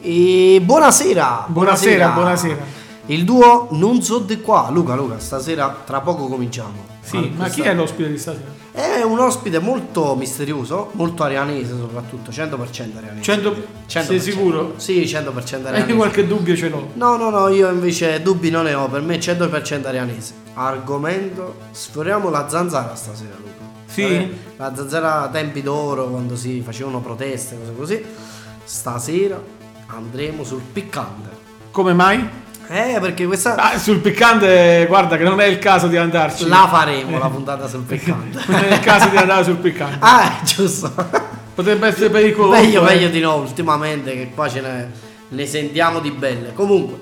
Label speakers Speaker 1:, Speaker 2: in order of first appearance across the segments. Speaker 1: E buonasera.
Speaker 2: Buonasera, buonasera.
Speaker 1: Il duo non so di qua. Luca, Luca, stasera tra poco cominciamo.
Speaker 2: Sì,
Speaker 1: Allora,
Speaker 2: Ah, ma chi
Speaker 1: questa-
Speaker 2: è l'ospite di stasera?
Speaker 1: È un ospite molto misterioso, molto arianese soprattutto, 100% arianese.
Speaker 2: 100 Sei
Speaker 1: 100%.
Speaker 2: sicuro?
Speaker 1: Sì, 100%
Speaker 2: Eh, Io
Speaker 1: arianese.
Speaker 2: qualche dubbio ce l'ho.
Speaker 1: No, no, no, io invece dubbi non ne ho, per me è 100% arianese. Argomento, sforiamo la zanzara stasera, Luca.
Speaker 2: Sì?
Speaker 1: Vabbè, La zanzara a tempi d'oro, quando si facevano proteste, cose così. Stasera andremo sul piccante.
Speaker 2: Come mai?
Speaker 1: Eh, perché questa...
Speaker 2: Ah, sul piccante, guarda che non è il caso di andarci.
Speaker 1: La faremo la puntata sul piccante.
Speaker 2: Non è il caso di andare sul piccante.
Speaker 1: ah, giusto.
Speaker 2: Potrebbe essere pericoloso.
Speaker 1: meglio,
Speaker 2: eh.
Speaker 1: meglio di no, ultimamente che qua ce ne, ne sentiamo di belle. Comunque,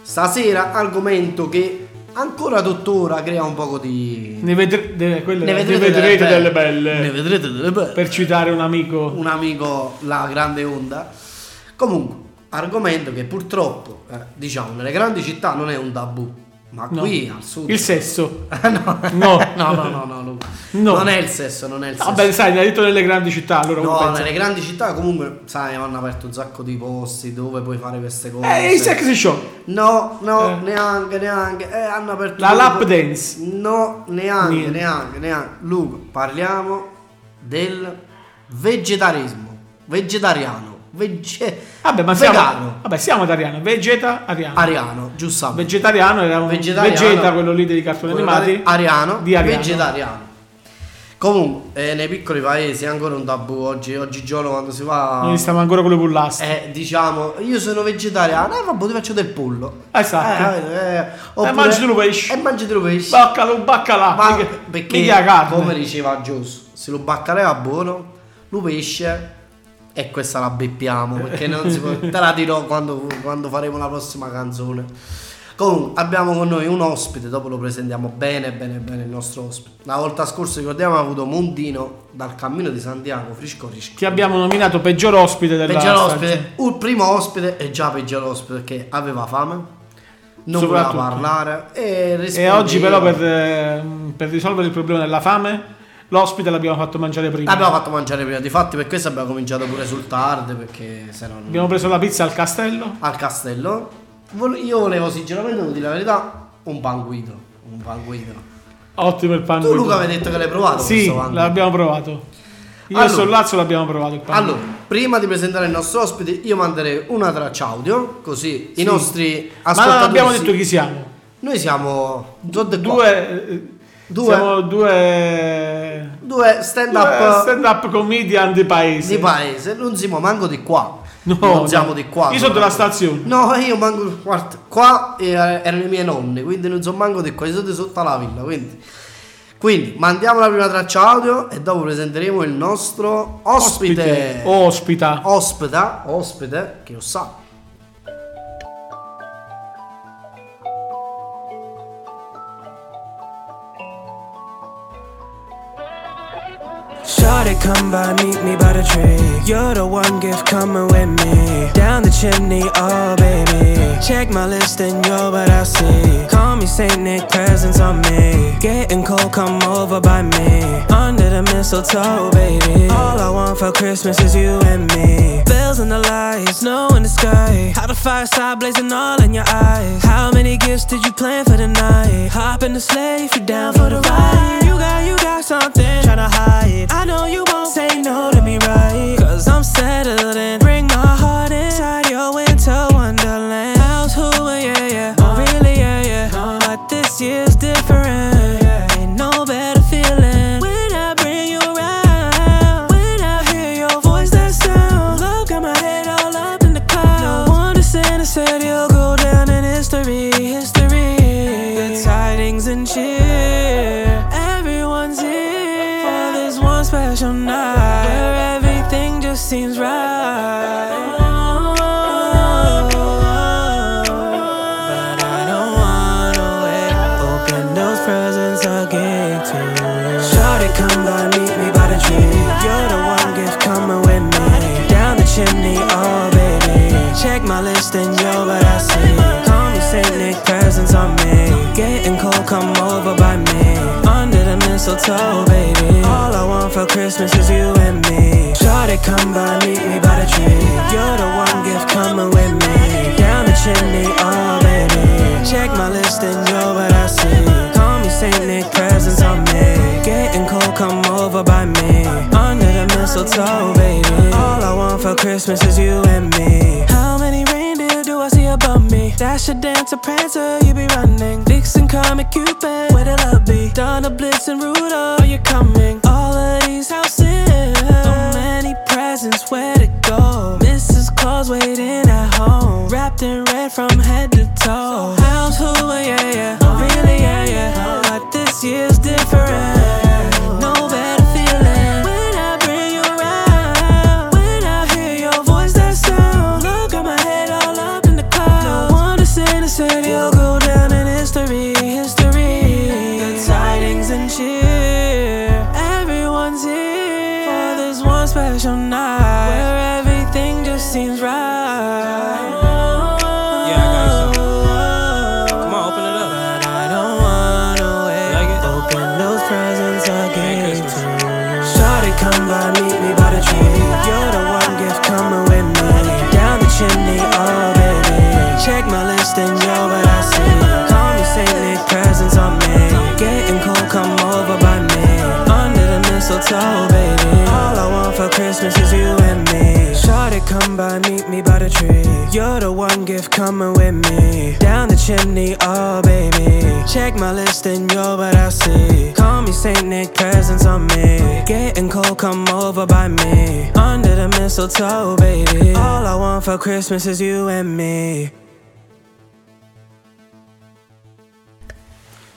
Speaker 1: stasera argomento che ancora tuttora crea un poco di...
Speaker 2: Ne, vedre- de- quelle- ne vedrete, delle belle.
Speaker 1: Ne vedrete delle belle.
Speaker 2: Per citare un amico.
Speaker 1: Un amico, la grande onda. Comunque, argomento che purtroppo, eh, diciamo, nelle grandi città non è un tabù, ma
Speaker 2: No.
Speaker 1: qui al sud...
Speaker 2: Il sesso.
Speaker 1: no.
Speaker 2: No.
Speaker 1: no, no, no, no, Luca.
Speaker 2: No.
Speaker 1: Non è il sesso, non è il sesso.
Speaker 2: Vabbè, sai, ne ha detto nelle grandi città, allora uno
Speaker 1: No,
Speaker 2: pensa-
Speaker 1: nelle grandi città comunque, sai, hanno aperto un sacco di posti dove puoi fare queste cose.
Speaker 2: Eh, il sex shop.
Speaker 1: No, no,
Speaker 2: Eh.
Speaker 1: neanche, neanche. Eh, hanno aperto...
Speaker 2: La
Speaker 1: due-
Speaker 2: lap dance.
Speaker 1: No, neanche,
Speaker 2: Niente.
Speaker 1: neanche, neanche. Luca, parliamo del vegetarismo. Vegetariano. Vege...
Speaker 2: Vabbè, ma siamo,
Speaker 1: Vegano.
Speaker 2: vabbè, siamo italiani, vegeta, ariano.
Speaker 1: Ariano, giusto?
Speaker 2: Vegetariano era un
Speaker 1: Vegetariano.
Speaker 2: vegeta, quello lì dei cartoni
Speaker 1: Quello
Speaker 2: animati.
Speaker 1: da- Ariano,
Speaker 2: Di Ariano.
Speaker 1: vegetariano. Comunque, eh, nei piccoli paesi è ancora un tabù oggi, oggigiorno quando si va...
Speaker 2: Noi stiamo ancora con le pullaste.
Speaker 1: Eh, diciamo, io sono vegetariano, eh vabbè ti faccio del pollo.
Speaker 2: Esatto.
Speaker 1: Eh, eh, eh,
Speaker 2: mangi tu pesce.
Speaker 1: E mangi tu pesce.
Speaker 2: Baccalà, baccalà.
Speaker 1: Ma
Speaker 2: mica-
Speaker 1: perché,
Speaker 2: mica carne.
Speaker 1: come diceva Gius, se lo baccalà è buono, lo pesce e questa la beppiamo perché non si può, te la dirò quando, quando faremo la prossima canzone. Comunque abbiamo con noi un ospite, dopo lo presentiamo bene bene bene il nostro ospite. La volta scorsa ricordiamo abbiamo avuto Mondino dal Cammino di Santiago, Frisco Frisco.
Speaker 2: Che abbiamo nominato peggior ospite della
Speaker 1: Peggior
Speaker 2: stagione.
Speaker 1: ospite, il primo ospite è già peggior ospite perché aveva fame, non voleva
Speaker 2: Soprattutto.
Speaker 1: parlare e
Speaker 2: E
Speaker 1: rispondeva.
Speaker 2: oggi però per, eh, per risolvere il problema della fame, l'ospite l'abbiamo fatto mangiare prima.
Speaker 1: Abbiamo fatto mangiare prima, difatti per questo abbiamo cominciato pure sul tardi perché se no non-
Speaker 2: Abbiamo preso la pizza al castello.
Speaker 1: al castello. Vol- Io volevo sinceramente, devo dire la verità, un panguido, un panguido.
Speaker 2: Ottimo il pan.
Speaker 1: Tu Luca mi hai detto che l'hai provato
Speaker 2: Sì,
Speaker 1: questo panguido.
Speaker 2: l'abbiamo provato. Io
Speaker 1: Allora.
Speaker 2: sul Lazio l'abbiamo provato il pan.
Speaker 1: Allora, prima di presentare il nostro ospite, io manderei una traccia audio, così i
Speaker 2: Sì.
Speaker 1: nostri
Speaker 2: Ma non
Speaker 1: ascoltatori
Speaker 2: abbiamo
Speaker 1: si-
Speaker 2: detto chi siamo.
Speaker 1: Noi siamo
Speaker 2: Due, eh,
Speaker 1: Due.
Speaker 2: Siamo due,
Speaker 1: due stand up
Speaker 2: Eh, stand up comedian di paese.
Speaker 1: di paese, non siamo manco di qua.
Speaker 2: No,
Speaker 1: non
Speaker 2: no.
Speaker 1: siamo di qua.
Speaker 2: Io sono della stazione.
Speaker 1: No, io manco. Guarda, qua eh, erano i miei nonni, quindi non sono manco di qua, io sono di sotto la villa. Quindi. quindi mandiamo la prima traccia audio e dopo presenteremo il nostro ospite.
Speaker 2: Ospita.
Speaker 1: Ospita, ospite, che lo sa.
Speaker 3: Shawty, come by, meet me by the tree. You're the one gift coming with me. Down the chimney, oh baby. Check my list and you're what I see. Call me Saint Nick, presents on me. Getting cold, come over by me. Under the mistletoe, baby. All I want for Christmas is you and me. Bells in the lights, snow in the sky. How the fireside blazing all in your eyes. How many gifts did you plan for the night? Hop in the sleigh if you're down for the ride. You got, you got something tryna hide. I know you won't say no to me, right? Cause I'm settled and bring my heart inside your winter wonderland. House who, yeah, yeah. Oh, really, yeah, yeah. Oh, But this year's different. Ain't no better feeling when I bring you around. When I hear your voice, that sound. Look at my head all up in the clouds. No wonder Santa said you'll go down in history, history. Good tidings and cheer. Everyone's here for this one special night where everything just seems right. But I don't wanna wait. Open those presents I gave to you. Shawty, come by, meet me by the tree. You're the one gift coming with me. Down the chimney, oh baby. Check my list and you're what I see. Call me Saint Nick, presents on me. Getting cold, come over by me. Under the mistletoe, baby. All I want for Christmas is you and me. Shawty, come by, meet me by the tree. You're the one gift coming with oh, Christmas is you and me. How many reindeer do I see above me? Dasher, Dancer, Prancer, you be running. Vixen, Comet, Cupid, where the love be? Donna, Blitz, and Rudolph, are you coming? All of these houses, so many presents, where to go? Mrs. Claus waiting at home, wrapped in red from head to toe. How's who? Yeah, yeah, oh, really? Yeah, yeah. But this year's different. No better feeling when I bring you around. When I hear your voice, that sound. Look at my head all up in the clouds. No wonder Santa said you'll go down in history, history. The tidings and cheer. Everyone's here for this one special night where everything just seems right.
Speaker 4: Yeah, I got
Speaker 3: Come
Speaker 4: on, open it up.
Speaker 3: But I don't wanna wait.
Speaker 4: Like it?
Speaker 3: Open those presents I gave
Speaker 4: Christmas.
Speaker 3: to you. Shawty, come by, meet me by the tree. You're the one gift coming with me. Down the chimney, oh baby. Check my list and you're what I see. Call me Saint Nick, presents on me. Getting cold, come over by me. Under the mistletoe, baby. All I want for Christmas is you and me. Shawty, come by, meet me by the tree. You're the one gift coming with me. Down the chimney, oh baby. Check my list and you're what I see. Call me Saint Nick, presents on me. Getting cold, come over by me. Under the mistletoe, baby. All I want for Christmas is you and me.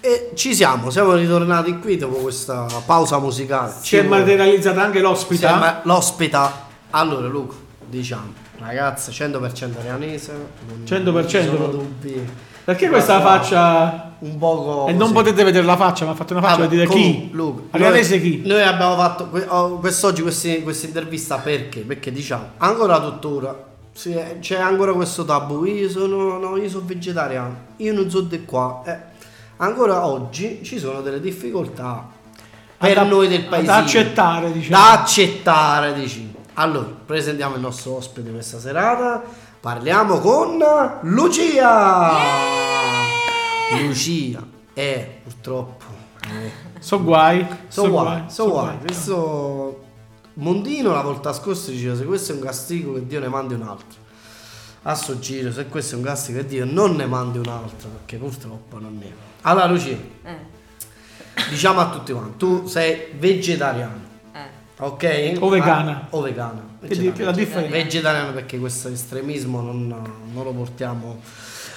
Speaker 1: E ci siamo, siamo ritornati qui dopo questa pausa musicale.
Speaker 2: Si è
Speaker 1: Ci vuole-
Speaker 2: materializzata anche
Speaker 1: Sì,
Speaker 2: l'ospita.
Speaker 1: ma l'ospita. Allora, Luca, diciamo, ragazza 100% arianese. non-
Speaker 2: 100%?
Speaker 1: Non ci sono dubbi.
Speaker 2: Perché questa faccia...
Speaker 1: Un poco.
Speaker 2: E non
Speaker 1: così.
Speaker 2: potete vedere la faccia, ma ha fatto una faccia
Speaker 1: Vabbè,
Speaker 2: a dire
Speaker 1: comunque,
Speaker 2: chi?
Speaker 1: Luca,
Speaker 2: Arianese
Speaker 1: noi-
Speaker 2: chi?
Speaker 1: Noi abbiamo fatto que- oh, quest'oggi questi- questa intervista perché? Perché diciamo, ancora tuttora sì, eh, c'è ancora questo tabù. Io sono, no, io sono vegetariano, io non so di qua. eh. ancora oggi ci sono delle difficoltà per
Speaker 2: Ad-
Speaker 1: noi del paese.
Speaker 2: Da accettare, diciamo.
Speaker 1: Da accettare, dici. Allora, presentiamo il nostro ospite questa serata. Parliamo con Lucia. Lucia è purtroppo
Speaker 2: So guai.
Speaker 1: So why, so why. Questo Mondino la volta scorsa diceva se questo è un castigo che Dio ne mandi un altro. A sto giro, se questo è un castigo che Dio non ne mandi un altro, perché purtroppo non ne è. Allora Lucia, diciamo a tutti quanti, tu sei vegetariano, ok?
Speaker 2: O vegana.
Speaker 1: Ah, o vegana.
Speaker 2: Che di- che la differenza.
Speaker 1: Vegetariano perché questo estremismo non, non lo portiamo.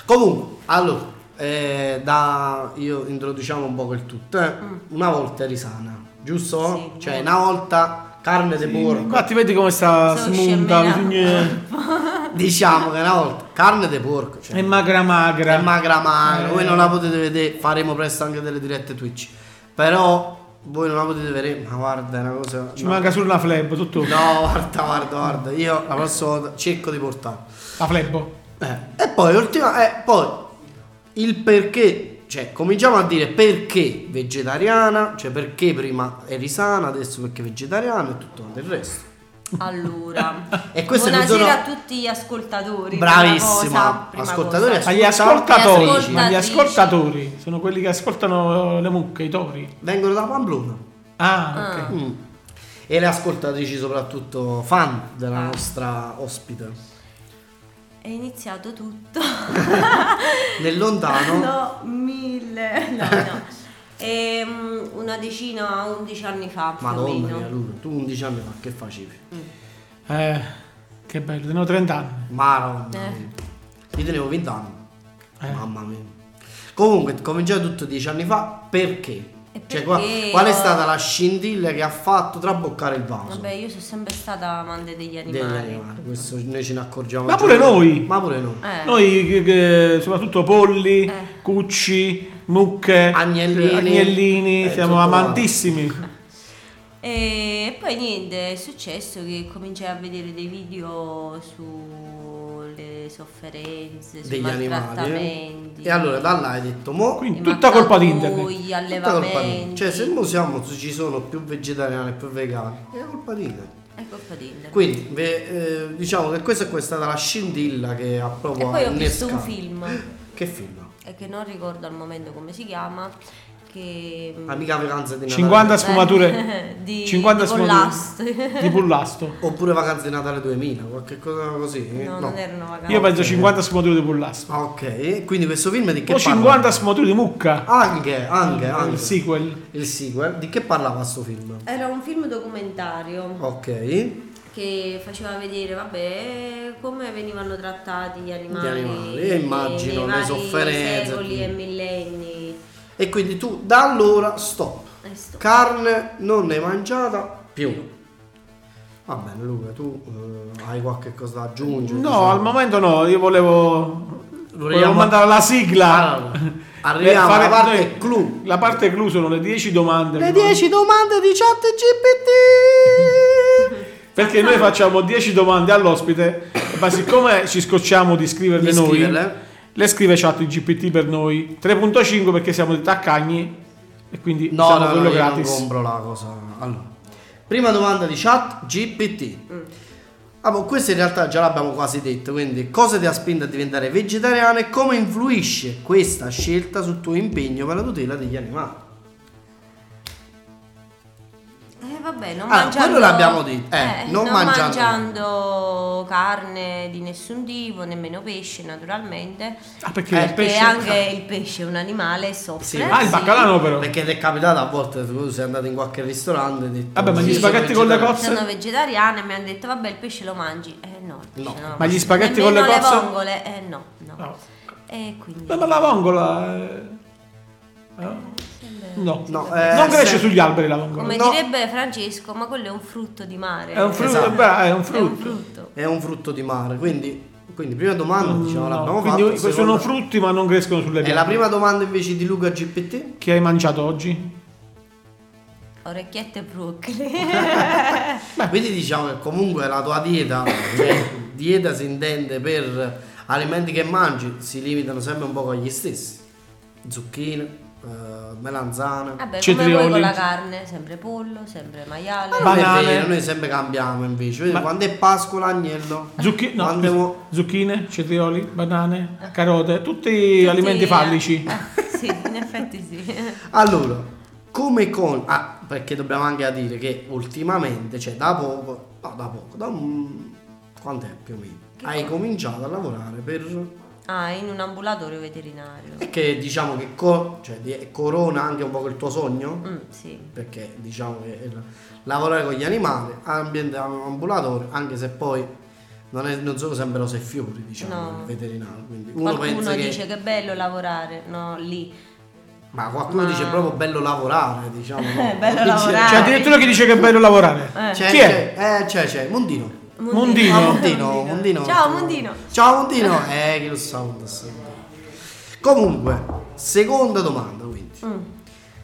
Speaker 1: Comunque, allora, eh, da, io introduciamo un po' il tutto. eh. Una volta eri sana, giusto?
Speaker 5: Sì,
Speaker 1: cioè, una volta carne di porco.
Speaker 2: Infatti vedi come sta
Speaker 5: Sono
Speaker 2: smunta.
Speaker 5: scemina.
Speaker 2: eh,
Speaker 1: Diciamo che una volta carne di porco. Cioè,
Speaker 2: È magra magra.
Speaker 1: è magra magra.
Speaker 2: Eh.
Speaker 1: Voi non la potete vedere, faremo presto anche delle dirette Twitch. Però voi non la potete vedere, ma guarda, è una cosa.
Speaker 2: Ci
Speaker 1: no.
Speaker 2: manca solo una flebo, tutto.
Speaker 1: No, guarda, guarda, guarda, io la prossima volta cerco di portare.
Speaker 2: La flebo.
Speaker 1: Eh, e poi l'ultima, eh, poi il perché, cioè cominciamo a dire perché vegetariana, cioè perché prima eri sana, adesso perché vegetariana e tutto quanto il resto.
Speaker 5: Allora,
Speaker 1: E queste non sono-
Speaker 5: buonasera a tutti gli ascoltatori. prima cosa,
Speaker 1: Bravissima,
Speaker 5: prima
Speaker 1: ascoltatori,
Speaker 5: cosa.
Speaker 2: Ma gli
Speaker 1: ascolta-
Speaker 2: ascoltatori, ma gli
Speaker 5: ascoltatrici.
Speaker 2: ascoltatori sono quelli che ascoltano le mucche, i tori.
Speaker 1: vengono da Pamplona
Speaker 2: Ah, ok.
Speaker 5: Ah.
Speaker 1: Mm. e le ascoltatrici soprattutto fan della
Speaker 5: Ah.
Speaker 1: nostra ospite.
Speaker 5: È iniziato tutto.
Speaker 1: Nel lontano,
Speaker 5: no, mille. No, no. Ehm, una decina, undici anni fa più o
Speaker 1: madonna mia,
Speaker 5: meno.
Speaker 1: Luca, tu 11 anni fa che facevi?
Speaker 2: Eh, che bello, ne ho 30 anni.
Speaker 1: Madonna.
Speaker 5: Eh.
Speaker 1: mia. Io tenevo 20 anni.
Speaker 2: Eh.
Speaker 1: Mamma mia. Comunque, cominciai tutto dieci anni fa perché?
Speaker 5: E
Speaker 1: Cioè,
Speaker 5: perché
Speaker 1: qua- qual è
Speaker 5: ho-
Speaker 1: stata la scintilla che ha fatto traboccare il vaso?
Speaker 5: Vabbè, io sono sempre stata amante degli
Speaker 1: degli
Speaker 5: animali.
Speaker 1: animali, questo noi ce ne accorgiamo.
Speaker 2: Ma pure noi!
Speaker 1: Ma pure noi.
Speaker 5: Eh.
Speaker 2: Noi, che- che- soprattutto polli,
Speaker 5: Eh.
Speaker 2: cucci, mucche,
Speaker 1: Agnellini.
Speaker 2: eh, agnellini,
Speaker 1: Eh,
Speaker 2: siamo
Speaker 1: tutto
Speaker 2: amantissimi.
Speaker 5: E poi niente, è successo che cominciai a vedere dei video sulle sofferenze, sui
Speaker 1: Degli animali. eh.
Speaker 5: maltrattamenti.
Speaker 1: E allora da là hai detto, mo...
Speaker 2: Quindi
Speaker 5: i
Speaker 2: tutta colpa di internet.
Speaker 5: mattapugli, Gli
Speaker 1: tutta colpa di
Speaker 5: allevamenti.
Speaker 1: internet. Cioè, se mo siamo, ci sono più vegetariani e più vegani, è colpa di internet.
Speaker 5: È colpa di internet.
Speaker 1: Quindi, ve- eh, diciamo che questa è quella è stata la scintilla che ha
Speaker 5: e
Speaker 1: proprio
Speaker 5: poi ho visto
Speaker 1: innescato.
Speaker 5: un film
Speaker 1: Che film?
Speaker 5: e che non ricordo al momento come si chiama che... mm,
Speaker 1: Amica vacanza di Natale.
Speaker 2: 50 sfumature
Speaker 5: di,
Speaker 2: 50
Speaker 5: di
Speaker 2: sfumature.
Speaker 5: Bollastri.
Speaker 2: di bullastro.
Speaker 1: Oppure vacanze di Natale 2000, qualche cosa così. eh?
Speaker 5: No, non erano vacanze.
Speaker 2: Io penso 50 sfumature di bullastro.
Speaker 1: Ah, ok, quindi questo film di che
Speaker 2: o
Speaker 1: parla?
Speaker 2: 50 sfumature di mucca.
Speaker 1: Anche, anche, anche.
Speaker 2: Il sequel.
Speaker 1: Il sequel. Di che parlava sto film?
Speaker 5: Era un film documentario
Speaker 1: Ok.
Speaker 5: che faceva vedere, vabbè, come venivano trattati gli animali,
Speaker 1: animali, e immagino
Speaker 5: nei
Speaker 1: le
Speaker 5: vari
Speaker 1: sofferenze, mm.
Speaker 5: secoli e
Speaker 1: tutto.
Speaker 5: millenni.
Speaker 1: E quindi tu da allora stop.
Speaker 5: E sto-
Speaker 1: Carne non ne mangiata più. Va bene Luca, tu eh, hai qualche cosa da aggiungere? Diciamo.
Speaker 2: No, al momento no, io volevo, volevo mandare la sigla.
Speaker 1: Allora, arriviamo
Speaker 2: Per Eh, fare-
Speaker 1: alla parte
Speaker 2: noi-
Speaker 1: clou.
Speaker 2: La parte clou sono le 10 domande.
Speaker 1: Le 10 domande di chat GPT.
Speaker 2: Perché noi facciamo 10 domande all'ospite, ma siccome ci scocciamo di scriverle
Speaker 1: Di
Speaker 2: noi,
Speaker 1: scriverle.
Speaker 2: le scrive chat GPT per noi. 3.5 perché siamo dei taccagni e quindi
Speaker 1: No, no,
Speaker 2: siamo
Speaker 1: no,
Speaker 2: Diciamo quello
Speaker 1: io
Speaker 2: gratis.
Speaker 1: non compro la cosa. Allora, prima domanda di chat GPT. Ah, boh, questa in realtà già l'abbiamo quasi detto, quindi cosa ti ha spinto a diventare vegetariana e come influisce questa scelta sul tuo impegno per la tutela degli animali?
Speaker 5: Eh vabbè, non
Speaker 1: Ah,
Speaker 5: mangiando...
Speaker 1: quello l'abbiamo detto. Eh, non mangiando-
Speaker 5: mangiando carne di nessun tipo, nemmeno pesce naturalmente.
Speaker 2: Ah, perché
Speaker 5: Eh, Perché
Speaker 2: il pesce...
Speaker 5: anche il pesce è un animale e soffre.
Speaker 1: Sì.
Speaker 2: Ah, il baccalà no, però.
Speaker 1: Perché ti è capitato a volte tu sei andato in qualche ristorante e hai detto,
Speaker 2: Vabbè, ma gli
Speaker 1: "Sì, sono
Speaker 2: spaghetti con le
Speaker 1: vegetariano".
Speaker 2: cozze?
Speaker 5: Sono vegetariana e mi hanno detto vabbè il pesce lo mangi. Eh no, il pesce
Speaker 1: No.
Speaker 5: non lo
Speaker 2: Ma
Speaker 5: mangio.
Speaker 2: gli spaghetti con le
Speaker 5: Nemmeno
Speaker 2: cozze?
Speaker 5: vongole, eh no, no.
Speaker 2: No.
Speaker 5: E quindi...
Speaker 2: Ma la vongola... eh, eh, No,
Speaker 1: No, eh,
Speaker 2: non cresce
Speaker 1: se-
Speaker 2: sugli alberi la vongola.
Speaker 5: Come
Speaker 1: No.
Speaker 5: direbbe Francesco, ma quello è un frutto di mare.
Speaker 2: È un frutto,
Speaker 1: Esatto.
Speaker 2: beh, è un
Speaker 5: È un
Speaker 2: frutto.
Speaker 5: frutto.
Speaker 1: È un frutto di mare, quindi, quindi prima domanda diciamo
Speaker 2: Mm, No,
Speaker 1: l'abbiamo
Speaker 2: quindi
Speaker 1: fatta.
Speaker 2: que-
Speaker 1: seconda-
Speaker 2: sono frutti ma non crescono sulle
Speaker 1: E
Speaker 2: piante.
Speaker 1: la prima domanda invece di Luca GPT?
Speaker 2: Che hai mangiato oggi?
Speaker 5: Orecchiette e broccoli.
Speaker 1: Beh, quindi diciamo che comunque la tua dieta,
Speaker 2: Eh,
Speaker 1: cioè,
Speaker 2: certo.
Speaker 1: dieta si intende per alimenti che mangi, si limitano sempre un po' agli stessi. Zucchine, eh, melanzane.
Speaker 5: Vabbè, come
Speaker 2: Cetrioli.
Speaker 5: voi con la carne, sempre pollo, sempre maiale.
Speaker 1: Ma non è
Speaker 2: banane.
Speaker 1: vero, noi sempre cambiamo invece. Vedi,
Speaker 2: Ma-
Speaker 1: Quando è Pasqua l'agnello,
Speaker 2: Zucchi- no,
Speaker 1: quando mo-
Speaker 2: zucchine, cetrioli, banane, carote, tutti, alimenti fallici.
Speaker 5: Eh, sì, in effetti sì.
Speaker 1: Allora, come con... Ah, perché dobbiamo anche dire che ultimamente, cioè da poco, no da poco, da un... quant'è più o meno? Hai cominciato a lavorare per...
Speaker 5: Ah, in un ambulatorio veterinario.
Speaker 1: E che diciamo che co- cioè, di- corona anche un po' il tuo sogno?
Speaker 5: Mm, sì.
Speaker 1: Perché diciamo che il- lavorare con gli animali, ambiente ambulatorio, anche se poi non, è- non sono sempre rose e fiori, diciamo,
Speaker 5: No.
Speaker 1: il veterinario. Quindi uno
Speaker 5: Qualcuno
Speaker 1: pensa che...
Speaker 5: dice che... è bello lavorare, no, lì.
Speaker 1: Ma qualcuno
Speaker 5: Ma-
Speaker 1: dice proprio bello lavorare, diciamo. no?
Speaker 5: Bello
Speaker 1: Dice-
Speaker 5: lavorare.
Speaker 2: C'è addirittura chi dice che è bello lavorare.
Speaker 5: Ah, Eh.
Speaker 1: C'è,
Speaker 2: Chi
Speaker 1: c'è,
Speaker 2: è?
Speaker 1: eh, c'è, c'è, Mondino.
Speaker 2: Mondino.
Speaker 1: Ah,
Speaker 2: No.
Speaker 1: Mondino, Mondino.
Speaker 5: Ciao Mondino.
Speaker 1: Ciao Mondino. Eh, che lo sa un tassello. Comunque, seconda domanda, quindi.
Speaker 5: Mm.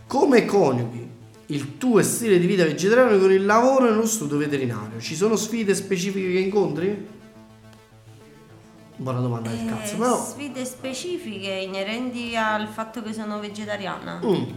Speaker 1: Come coniughi il tuo stile di vita vegetariano con il lavoro nello studio veterinario? Ci sono sfide specifiche che incontri? Buona domanda del
Speaker 5: Eh,
Speaker 1: cazzo, però...
Speaker 5: Sfide specifiche inerenti al fatto che sono vegetariana?
Speaker 1: Mm.
Speaker 5: Eh,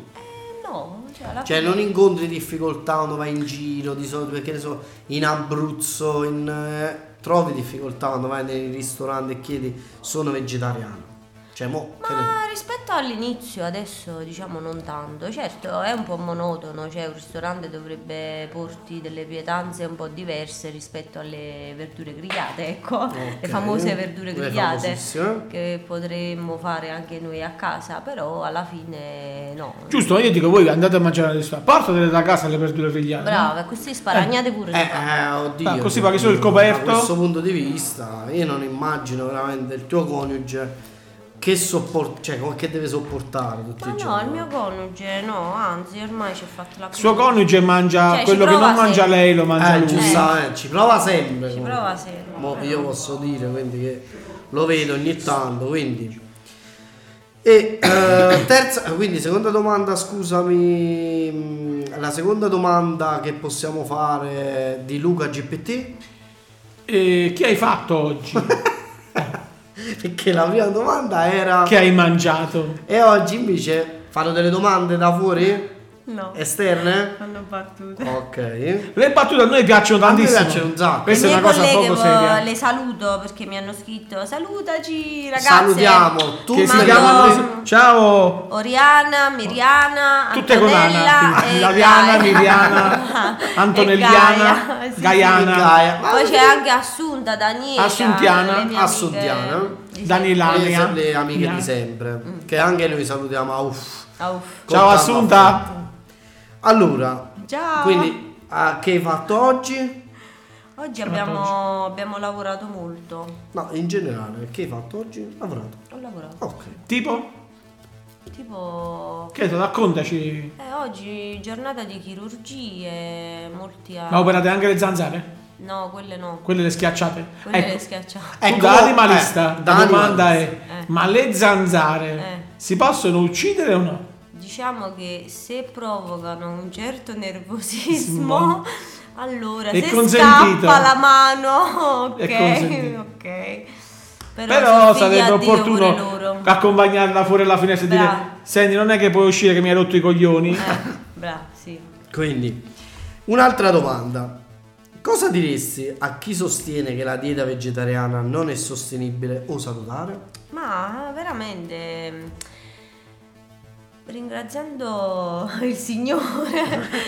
Speaker 5: no, cioè, alla
Speaker 1: Cioè
Speaker 5: fine-
Speaker 1: non incontri difficoltà quando vai in giro, di solito perché ne so, in Abruzzo, in, eh, trovi difficoltà quando vai nei ristoranti e chiedi sono vegetariano. Cioè, mo, che ne-
Speaker 2: Eh,
Speaker 5: Ma rispetto all'inizio adesso diciamo non tanto, certo è un po' monotono, cioè un ristorante dovrebbe porti delle pietanze un po' diverse rispetto alle verdure grigliate, ecco,
Speaker 1: Ok.
Speaker 5: le famose
Speaker 1: Le
Speaker 5: verdure grigliate
Speaker 1: famosissime.
Speaker 5: che potremmo fare anche noi a casa, però alla fine no.
Speaker 2: Giusto, io dico voi andate a mangiare al ristorante, portatele da casa le verdure vegliate.
Speaker 5: Brava, così sparagnate pure.
Speaker 1: Eh,
Speaker 5: di qua.
Speaker 1: eh, oddio.
Speaker 2: Ma così paghi solo il
Speaker 1: Da
Speaker 2: coperto?
Speaker 1: questo punto di vista, io non immagino veramente il tuo coniuge che sopporta, cioè con- che deve sopportare tutti
Speaker 5: Ma
Speaker 1: i
Speaker 5: no,
Speaker 1: giorni.
Speaker 5: il mio coniuge no, anzi ormai ci ha fatto la
Speaker 2: Il suo coniuge mangia
Speaker 5: Cioè, ci
Speaker 2: quello che non
Speaker 5: prova
Speaker 2: mangia
Speaker 5: sempre.
Speaker 2: lei, lo mangia
Speaker 1: eh,
Speaker 2: lui.
Speaker 1: giustamente, ci prova sempre.
Speaker 5: Ci
Speaker 1: comunque.
Speaker 5: prova sempre.
Speaker 1: Mo io posso dire quindi che lo vedo ogni tanto, quindi. E eh, terza, quindi seconda domanda, scusami, mh, la seconda domanda che possiamo fare di Luca GPT,
Speaker 2: E chi hai fatto oggi?
Speaker 1: perché la prima domanda era
Speaker 2: che hai mangiato?
Speaker 1: E oggi invece fanno delle domande da fuori?
Speaker 4: No,
Speaker 1: Esterne?
Speaker 4: fanno battute.
Speaker 1: Ok.
Speaker 2: Le battute a noi piacciono
Speaker 1: A me
Speaker 2: tantissimo.
Speaker 1: piace un sacco.
Speaker 2: Questa è
Speaker 5: Le
Speaker 2: una
Speaker 5: mie
Speaker 2: cosa
Speaker 5: colleghe
Speaker 2: poco
Speaker 5: vo-
Speaker 2: seria.
Speaker 5: le saluto perché mi hanno scritto salutaci ragazze.
Speaker 1: Salutiamo tutte
Speaker 2: Che si
Speaker 5: Ma
Speaker 1: le
Speaker 5: no.
Speaker 2: chiamano... Ciao!
Speaker 5: Oriana, Miriana,
Speaker 2: Tutte con Ana.
Speaker 5: Antonella
Speaker 2: quindi.
Speaker 5: e
Speaker 2: Laviana,
Speaker 5: Gaia.
Speaker 2: Miriana,
Speaker 5: E
Speaker 2: Antonelliana,
Speaker 5: Gaia, sì, sì.
Speaker 2: Gaiana.
Speaker 1: Gaia. Ma
Speaker 5: Poi c'è anche Assunta, Daniela.
Speaker 2: Assuntiana,
Speaker 5: le mie amiche
Speaker 1: Assuntiana,
Speaker 5: di-
Speaker 2: Daniela.
Speaker 1: le,
Speaker 2: Ania.
Speaker 1: le amiche
Speaker 2: Ania.
Speaker 1: di sempre,
Speaker 5: Mm.
Speaker 1: che anche noi salutiamo. ah, uff.
Speaker 5: Ah, uff.
Speaker 1: Con
Speaker 2: Ciao
Speaker 1: tanta
Speaker 2: Assunta!
Speaker 1: Allora,
Speaker 5: Ciao.
Speaker 1: quindi ah, che hai fatto oggi?
Speaker 5: Oggi abbiamo, abbiamo lavorato molto.
Speaker 1: No, in generale, che hai fatto oggi? Lavorato.
Speaker 5: Ho lavorato.
Speaker 1: Ok.
Speaker 2: Tipo?
Speaker 5: Tipo...
Speaker 2: Che so, raccontaci.
Speaker 5: eh, oggi giornata di chirurgie, molti... a-
Speaker 2: Ma operate anche le zanzare?
Speaker 5: No, quelle no.
Speaker 2: Quelle le schiacciate?
Speaker 5: Quelle
Speaker 2: ecco,
Speaker 5: le schiacciate.
Speaker 2: Tu
Speaker 1: Ecco,
Speaker 2: da animalista,
Speaker 1: eh,
Speaker 2: la
Speaker 1: da
Speaker 2: domanda
Speaker 1: animalista.
Speaker 2: è:
Speaker 5: Eh.
Speaker 2: ma le zanzare
Speaker 5: Eh.
Speaker 2: si possono uccidere o no?
Speaker 5: Diciamo che se provocano un certo nervosismo, allora
Speaker 2: È
Speaker 5: se
Speaker 2: consentito.
Speaker 5: scappa la mano, ok,
Speaker 2: È consentito.
Speaker 5: ok.
Speaker 2: Però
Speaker 5: sono figli a
Speaker 2: sarebbe
Speaker 5: Dio
Speaker 2: opportuno
Speaker 5: pure loro.
Speaker 2: accompagnarla fuori alla finestra e
Speaker 5: Bravo.
Speaker 2: dire: Senti, non è che puoi uscire che mi hai rotto i coglioni.
Speaker 5: Eh, bravo, sì.
Speaker 1: Quindi, un'altra domanda. Cosa diresti a chi sostiene che la dieta vegetariana non è sostenibile o salutare?
Speaker 5: Ma veramente mh, ringraziando il Signore.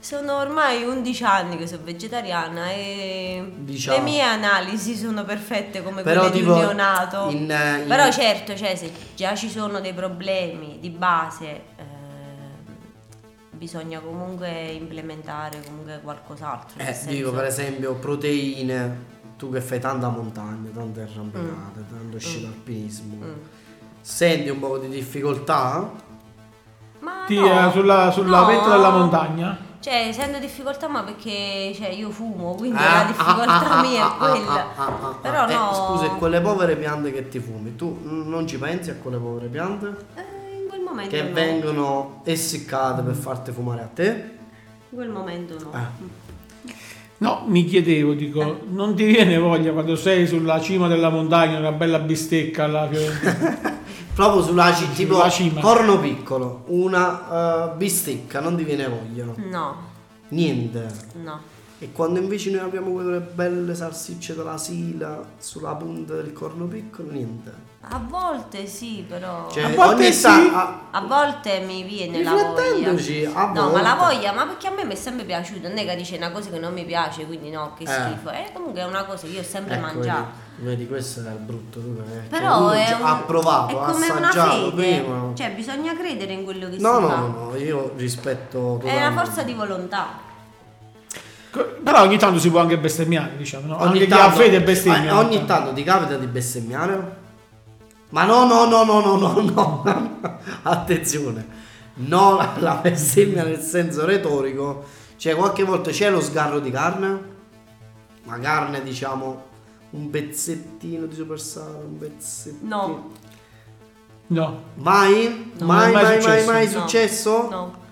Speaker 5: Sono ormai 11 anni che sono vegetariana e
Speaker 1: Diciamo.
Speaker 5: le mie analisi sono perfette come
Speaker 1: Però
Speaker 5: quelle di
Speaker 1: tipo
Speaker 5: un neonato.
Speaker 1: in, eh, in-
Speaker 5: Però certo, cioè, se già ci sono dei problemi di base, ehm, bisogna comunque implementare comunque qualcos'altro. nel
Speaker 1: Eh,
Speaker 5: senso-
Speaker 1: dico per esempio proteine, tu che fai tanta montagna, tante arrampicate,
Speaker 5: Mm.
Speaker 1: tanto sci alpinismo. Senti un po' di difficoltà?
Speaker 5: Ma
Speaker 2: Ti,
Speaker 5: no,
Speaker 2: eh, sulla sulla
Speaker 5: no.
Speaker 2: vetta della montagna.
Speaker 5: Cioè, sento difficoltà, ma perché cioè, io fumo, quindi
Speaker 1: Ah,
Speaker 5: la difficoltà
Speaker 1: ah, ah,
Speaker 5: mia
Speaker 1: ah,
Speaker 5: è quella.
Speaker 1: ah, ah, ah, ah.
Speaker 5: Però
Speaker 1: Eh,
Speaker 5: no.
Speaker 1: Scusa, e quelle povere piante che ti fumi, tu n- non ci pensi a quelle povere piante?
Speaker 5: Eh, in quel momento
Speaker 1: Che
Speaker 5: no.
Speaker 1: vengono essiccate per farti fumare a te?
Speaker 5: In quel momento no.
Speaker 1: Ah.
Speaker 2: No, mi chiedevo, dico,
Speaker 1: Eh.
Speaker 2: non ti viene voglia quando sei sulla cima della montagna, una bella bistecca alla Fiorentina?
Speaker 1: Proprio sulla c- tipo
Speaker 2: Sulla cima.
Speaker 1: corno piccolo, una eh, bistecca, non ti viene voglia, no?
Speaker 5: No,
Speaker 1: niente.
Speaker 5: no.
Speaker 1: E quando invece noi abbiamo quelle belle salsicce della sila sulla punta del corno piccolo, niente.
Speaker 5: A volte sì, però.
Speaker 1: Cioè,
Speaker 2: A volte
Speaker 1: ogni
Speaker 2: sì.
Speaker 1: ta-
Speaker 5: A volte mi viene la
Speaker 1: Riflettendoci,
Speaker 5: voglia.
Speaker 1: a
Speaker 5: no, ma la
Speaker 1: volte.
Speaker 5: voglia, ma perché a me mi è sempre piaciuto, non è che dice una cosa che non mi piace, quindi no, che
Speaker 1: Eh.
Speaker 5: schifo. Eh, comunque è una cosa che io ho sempre
Speaker 1: Ecco, vedi,
Speaker 5: mangiato.
Speaker 1: vedi, questo era il brutto. tu, eh, che
Speaker 5: Però
Speaker 1: uno
Speaker 5: è
Speaker 1: già
Speaker 5: un-
Speaker 1: ha provato,
Speaker 5: è
Speaker 1: ha
Speaker 5: come una
Speaker 1: assaggiato
Speaker 5: fede.
Speaker 1: prima.
Speaker 5: Cioè, bisogna credere in quello che
Speaker 1: no,
Speaker 5: si
Speaker 1: no,
Speaker 5: fa.
Speaker 1: no, no, io rispetto
Speaker 5: È
Speaker 1: totalmente.
Speaker 5: una forza di volontà.
Speaker 2: Co- Però ogni tanto si può anche bestemmiare, diciamo, no?
Speaker 1: Ogni
Speaker 2: anche
Speaker 1: tanto,
Speaker 2: chi ha fede bestemmia.
Speaker 1: eh, ogni tanto ti capita di bestemmiare? Ma no, no, no, no, no, no, no. Attenzione. No, la bestemmia nel senso retorico. Cioè, qualche volta c'è lo sgarro di carne. Ma carne, diciamo, un pezzettino di supersale, un pezzettino.
Speaker 5: No.
Speaker 2: No,
Speaker 1: Mai?
Speaker 5: No.
Speaker 1: mai,
Speaker 2: Non è mai
Speaker 1: mai, mai,
Speaker 2: successo.
Speaker 1: mai
Speaker 5: No.
Speaker 1: successo?
Speaker 5: No.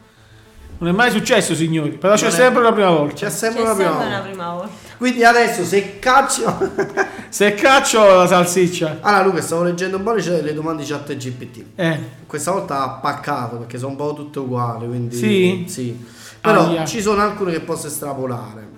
Speaker 2: non è mai successo, signori, però c'è
Speaker 1: Non è- Cioè.
Speaker 2: sempre la prima volta.
Speaker 1: C'è
Speaker 5: C'è
Speaker 1: sempre
Speaker 5: Cioè,
Speaker 2: Cioè,
Speaker 5: sempre
Speaker 1: una prima.
Speaker 5: una
Speaker 1: volta.
Speaker 5: prima volta.
Speaker 1: Quindi adesso se caccio...
Speaker 2: Se caccio la salsiccia.
Speaker 1: allora Luca, stavo leggendo un po' le, le domande di chat GPT.
Speaker 2: Eh,
Speaker 1: Questa volta ha paccato perché sono un po' tutte uguali. Quindi,
Speaker 2: Sì?
Speaker 1: Però
Speaker 2: Aia.
Speaker 1: ci sono alcune che posso estrapolare.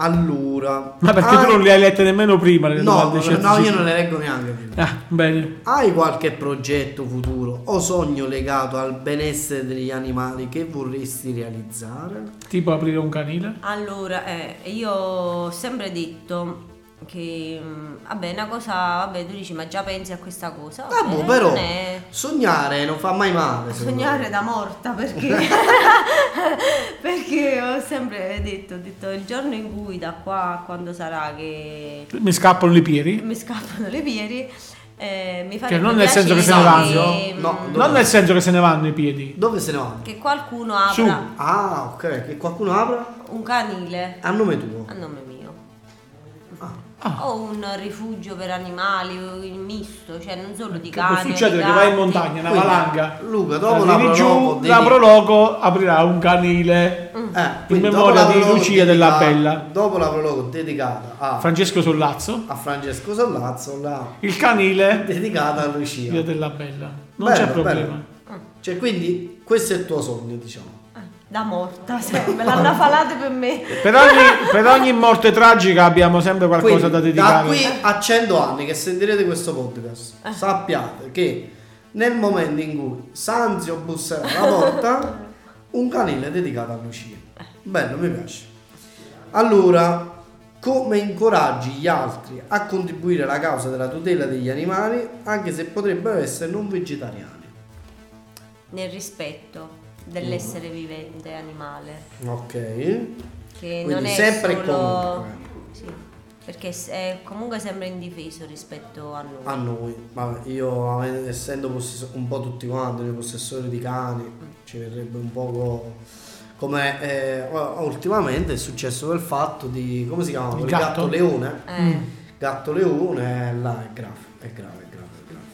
Speaker 1: Allora.
Speaker 2: ma perché
Speaker 1: hai-
Speaker 2: tu non le hai lette nemmeno prima le
Speaker 1: Ah. No,
Speaker 2: domande,
Speaker 1: no,
Speaker 2: certo,
Speaker 1: no,
Speaker 2: sì.
Speaker 1: io non le leggo neanche. prima.
Speaker 2: Ah, bene.
Speaker 1: Hai qualche progetto futuro o sogno legato al benessere degli animali che vorresti realizzare?
Speaker 2: Tipo aprire un canile.
Speaker 5: Allora, eh, io ho sempre detto che mh, vabbè, una cosa, vabbè, tu dici, ma già pensi a questa cosa?
Speaker 1: Ah,
Speaker 5: Vabbè,
Speaker 1: boh, però
Speaker 5: non è-
Speaker 1: sognare non fa mai male. secondo me.
Speaker 5: Sognare da morta perché, perché ho sempre detto, ho detto il giorno in cui da qua a quando sarà che
Speaker 2: Mi scappano le piedi.
Speaker 5: mi scappano le piedi, eh, mi farebbe
Speaker 2: Cioè, non nel senso che se ne
Speaker 5: piacere
Speaker 2: vanno.
Speaker 5: che,
Speaker 1: No,
Speaker 5: mh,
Speaker 1: Dove?
Speaker 2: Non nel senso che se ne vanno i piedi.
Speaker 1: Dove se ne vanno?
Speaker 5: che qualcuno apra
Speaker 2: Su.
Speaker 1: Ah, ok, che qualcuno apra
Speaker 5: un canile
Speaker 1: a nome tuo.
Speaker 5: a nome mio.
Speaker 2: Ah.
Speaker 5: O un rifugio per animali o il misto, cioè non solo di
Speaker 2: Che
Speaker 5: cani.
Speaker 2: può succedere
Speaker 5: di
Speaker 2: che vai in
Speaker 5: gatti.
Speaker 2: montagna, una
Speaker 1: Quindi,
Speaker 2: valanga.
Speaker 1: Luca, dopo la
Speaker 2: arrivi
Speaker 1: prologo
Speaker 2: giù,
Speaker 1: devi-
Speaker 2: la prologo aprirà un canile.
Speaker 5: Mm.
Speaker 1: Eh, quindi
Speaker 2: In
Speaker 1: dopo
Speaker 2: memoria
Speaker 1: la
Speaker 2: di
Speaker 1: prologo
Speaker 2: Lucia della Bella.
Speaker 1: Dopo la prologo dedicata a,
Speaker 2: Francesco Sollazzo.
Speaker 1: a Francesco Sollazzo, la
Speaker 2: Il canile
Speaker 1: dedicata a
Speaker 2: Dio
Speaker 1: Lucia.
Speaker 2: della Bella. Non
Speaker 1: Bello,
Speaker 2: c'è problema.
Speaker 1: bello. Cioè, quindi questo è il tuo sogno, diciamo.
Speaker 5: Ah, Da morta, se me l'hanno falato per me.
Speaker 2: Per ogni, per ogni morte tragica abbiamo sempre qualcosa
Speaker 1: Quindi,
Speaker 2: da
Speaker 1: da
Speaker 2: dedicare.
Speaker 1: qui a 100 anni che sentirete questo podcast, sappiate che nel momento in cui Sanzio busserà alla porta, un canile è dedicato a Lucia. Bello, mi piace. Allora, come incoraggi gli altri a contribuire alla causa della tutela degli animali, anche se potrebbero essere non vegetariani?
Speaker 5: Nel rispetto dell'essere vivente animale.
Speaker 1: Ok.
Speaker 5: Che
Speaker 1: Quindi
Speaker 5: non è
Speaker 1: sempre e
Speaker 5: solo...
Speaker 1: comunque.
Speaker 5: Sì, perché s- è comunque sempre indifeso rispetto a noi.
Speaker 1: a noi, vabbè, io eh, essendo possesso- un po' tutti quanti dei possessori di cani, ci verrebbe un poco come eh, o- ultimamente è successo quel fatto di come si chiama?
Speaker 2: Il
Speaker 1: Il gatto,
Speaker 2: gatto?
Speaker 1: leone,
Speaker 5: Eh,
Speaker 1: gatto leone, eh, là è grave, è grave, è grave, è grave.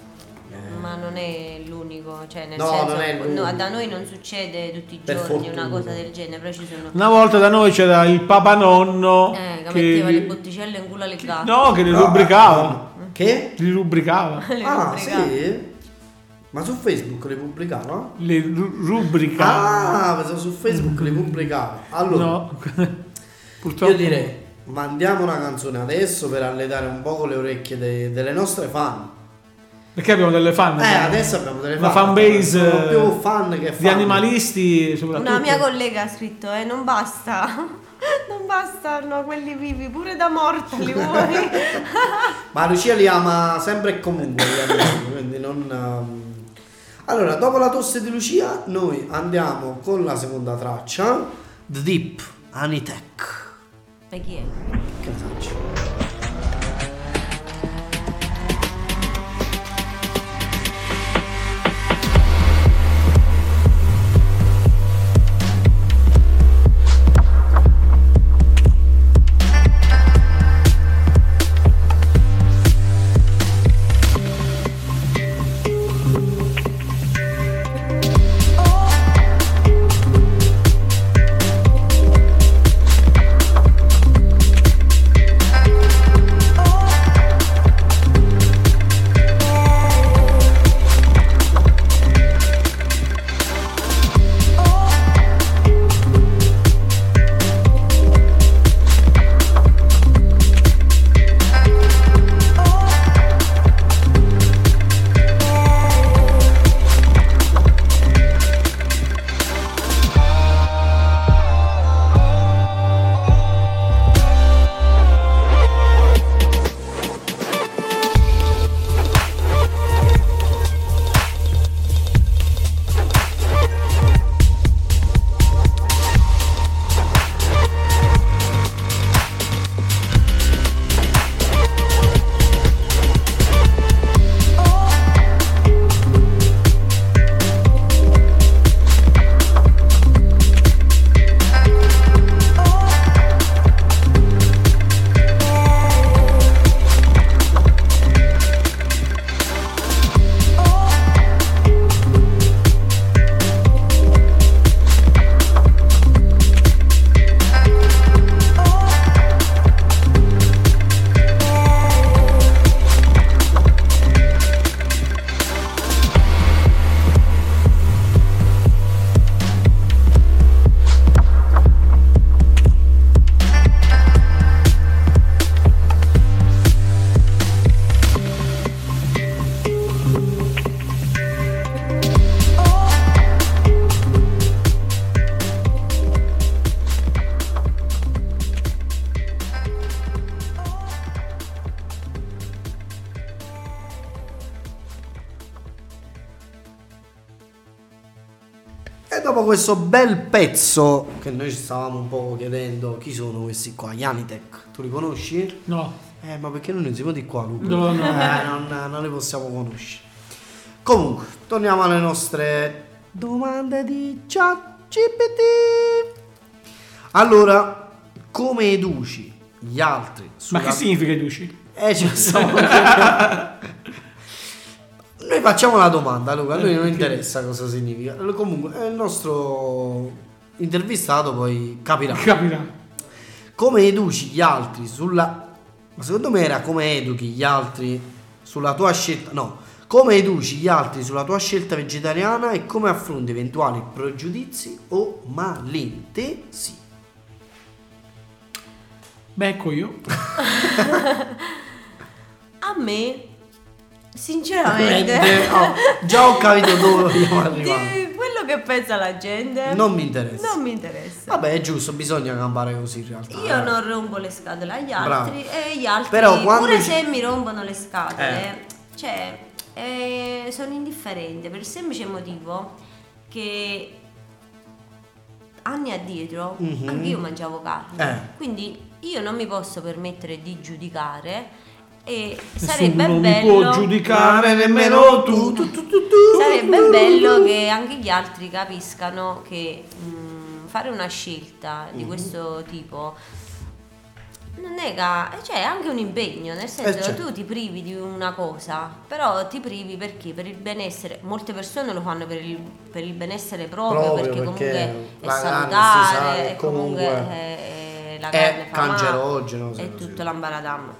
Speaker 2: Mm.
Speaker 1: Eh,
Speaker 5: Ma non è l'unico, cioè nel
Speaker 1: No,
Speaker 5: senso
Speaker 1: non è l'unico.
Speaker 5: no, da noi non succede tutti i
Speaker 1: Per
Speaker 5: giorni
Speaker 1: fortuna.
Speaker 5: una cosa del genere, però ci sono
Speaker 2: Una volta da noi c'era il papa nonno
Speaker 5: eh, che, metteva le
Speaker 2: che,
Speaker 5: botticelle in culo alle gatte.
Speaker 2: no, che li rubricava.
Speaker 1: Ah, Che?
Speaker 2: Li rubricava.
Speaker 5: Le
Speaker 1: Ah,
Speaker 5: rubricava.
Speaker 1: sì? Ma su Facebook le pubblicava?
Speaker 2: Le ru- rubricava.
Speaker 1: Ah, pensavo su Facebook le pubblicava. Allora,
Speaker 2: no. Purtroppo.
Speaker 1: Io direi mandiamo una canzone adesso per allenare un poco le orecchie de- delle nostre fan.
Speaker 2: Perché abbiamo delle fan?
Speaker 1: Eh, adesso abbiamo delle
Speaker 2: Una
Speaker 1: fan.
Speaker 2: fanbase,
Speaker 1: Sono
Speaker 2: eh,
Speaker 1: più fan che fan.
Speaker 2: Di animalisti soprattutto.
Speaker 5: Una mia collega ha scritto, eh, non basta, non bastano quelli vivi, pure da morta li vuoi.
Speaker 1: Ma Lucia li ama sempre e comunque gli animali, quindi non... ehm. Allora, dopo la tosse di Lucia, noi andiamo con la seconda traccia. The Deep, Anitech.
Speaker 5: Ma chi è?
Speaker 1: Che faccio? E dopo questo bel pezzo che noi ci stavamo un po' chiedendo chi sono questi qua, gli Anitech, tu li conosci?
Speaker 2: No.
Speaker 1: Eh, ma perché noi non siamo di qua, Luca?
Speaker 2: No, no.
Speaker 1: Eh, non, non li possiamo conoscere. Comunque, torniamo alle nostre domande di ChatGPT. Allora, come educi gli altri?
Speaker 2: Ma
Speaker 1: sulla-
Speaker 2: che significa Educi?
Speaker 1: Eh, ci stavo Noi facciamo la domanda, Luca, a noi
Speaker 2: Eh,
Speaker 1: non interessa cosa significa. Allora, Comunque, eh, il nostro intervistato poi capirà
Speaker 2: Capirà.
Speaker 1: come educi gli altri sulla ma secondo me era come educhi gli altri sulla tua scelta no Come educi gli altri sulla tua scelta vegetariana e come affronti eventuali pregiudizi o malintesi?
Speaker 2: Beh, ecco io.
Speaker 5: A me,
Speaker 1: Veramente,
Speaker 5: sinceramente,
Speaker 1: oh, già ho capito dove vogliamo arrivare.
Speaker 5: di quello che pensa la gente
Speaker 1: Non mi interessa.
Speaker 5: non mi interessa.
Speaker 1: Vabbè, è giusto, bisogna campare così in realtà.
Speaker 5: Io
Speaker 1: eh.
Speaker 5: non rompo le scatole agli
Speaker 1: Bravo.
Speaker 5: altri e gli altri,
Speaker 1: Però quando
Speaker 5: pure
Speaker 1: ci-
Speaker 5: se mi rompono le scatole, cioè, eh, sono indifferente per il semplice motivo che anni addietro
Speaker 1: Mhm.
Speaker 5: anche io mangiavo carne,
Speaker 1: Eh.
Speaker 5: quindi io non mi posso permettere di giudicare e sarebbe
Speaker 2: Nessuno mi può
Speaker 5: bello...
Speaker 2: giudicare
Speaker 1: Oh,
Speaker 2: nemmeno tu. tu, tu, tu, tu.
Speaker 5: Sarebbe bello che anche gli altri capiscano che mh, fare una scelta
Speaker 1: Mhm.
Speaker 5: di questo tipo non è che cioè, è anche un impegno, nel senso
Speaker 1: certo.
Speaker 5: tu ti privi di una cosa, però ti privi perché per il benessere, molte persone lo fanno per il, per il benessere proprio,
Speaker 1: Proprio
Speaker 5: perché comunque
Speaker 1: perché
Speaker 5: è
Speaker 1: la carne, si sa
Speaker 5: salutare,
Speaker 1: che
Speaker 5: e comunque
Speaker 1: comunque
Speaker 5: è, è-
Speaker 1: è
Speaker 5: la carne fa male,
Speaker 1: cancerogeno. se
Speaker 5: è
Speaker 1: così.
Speaker 5: tutto l'ambaradam.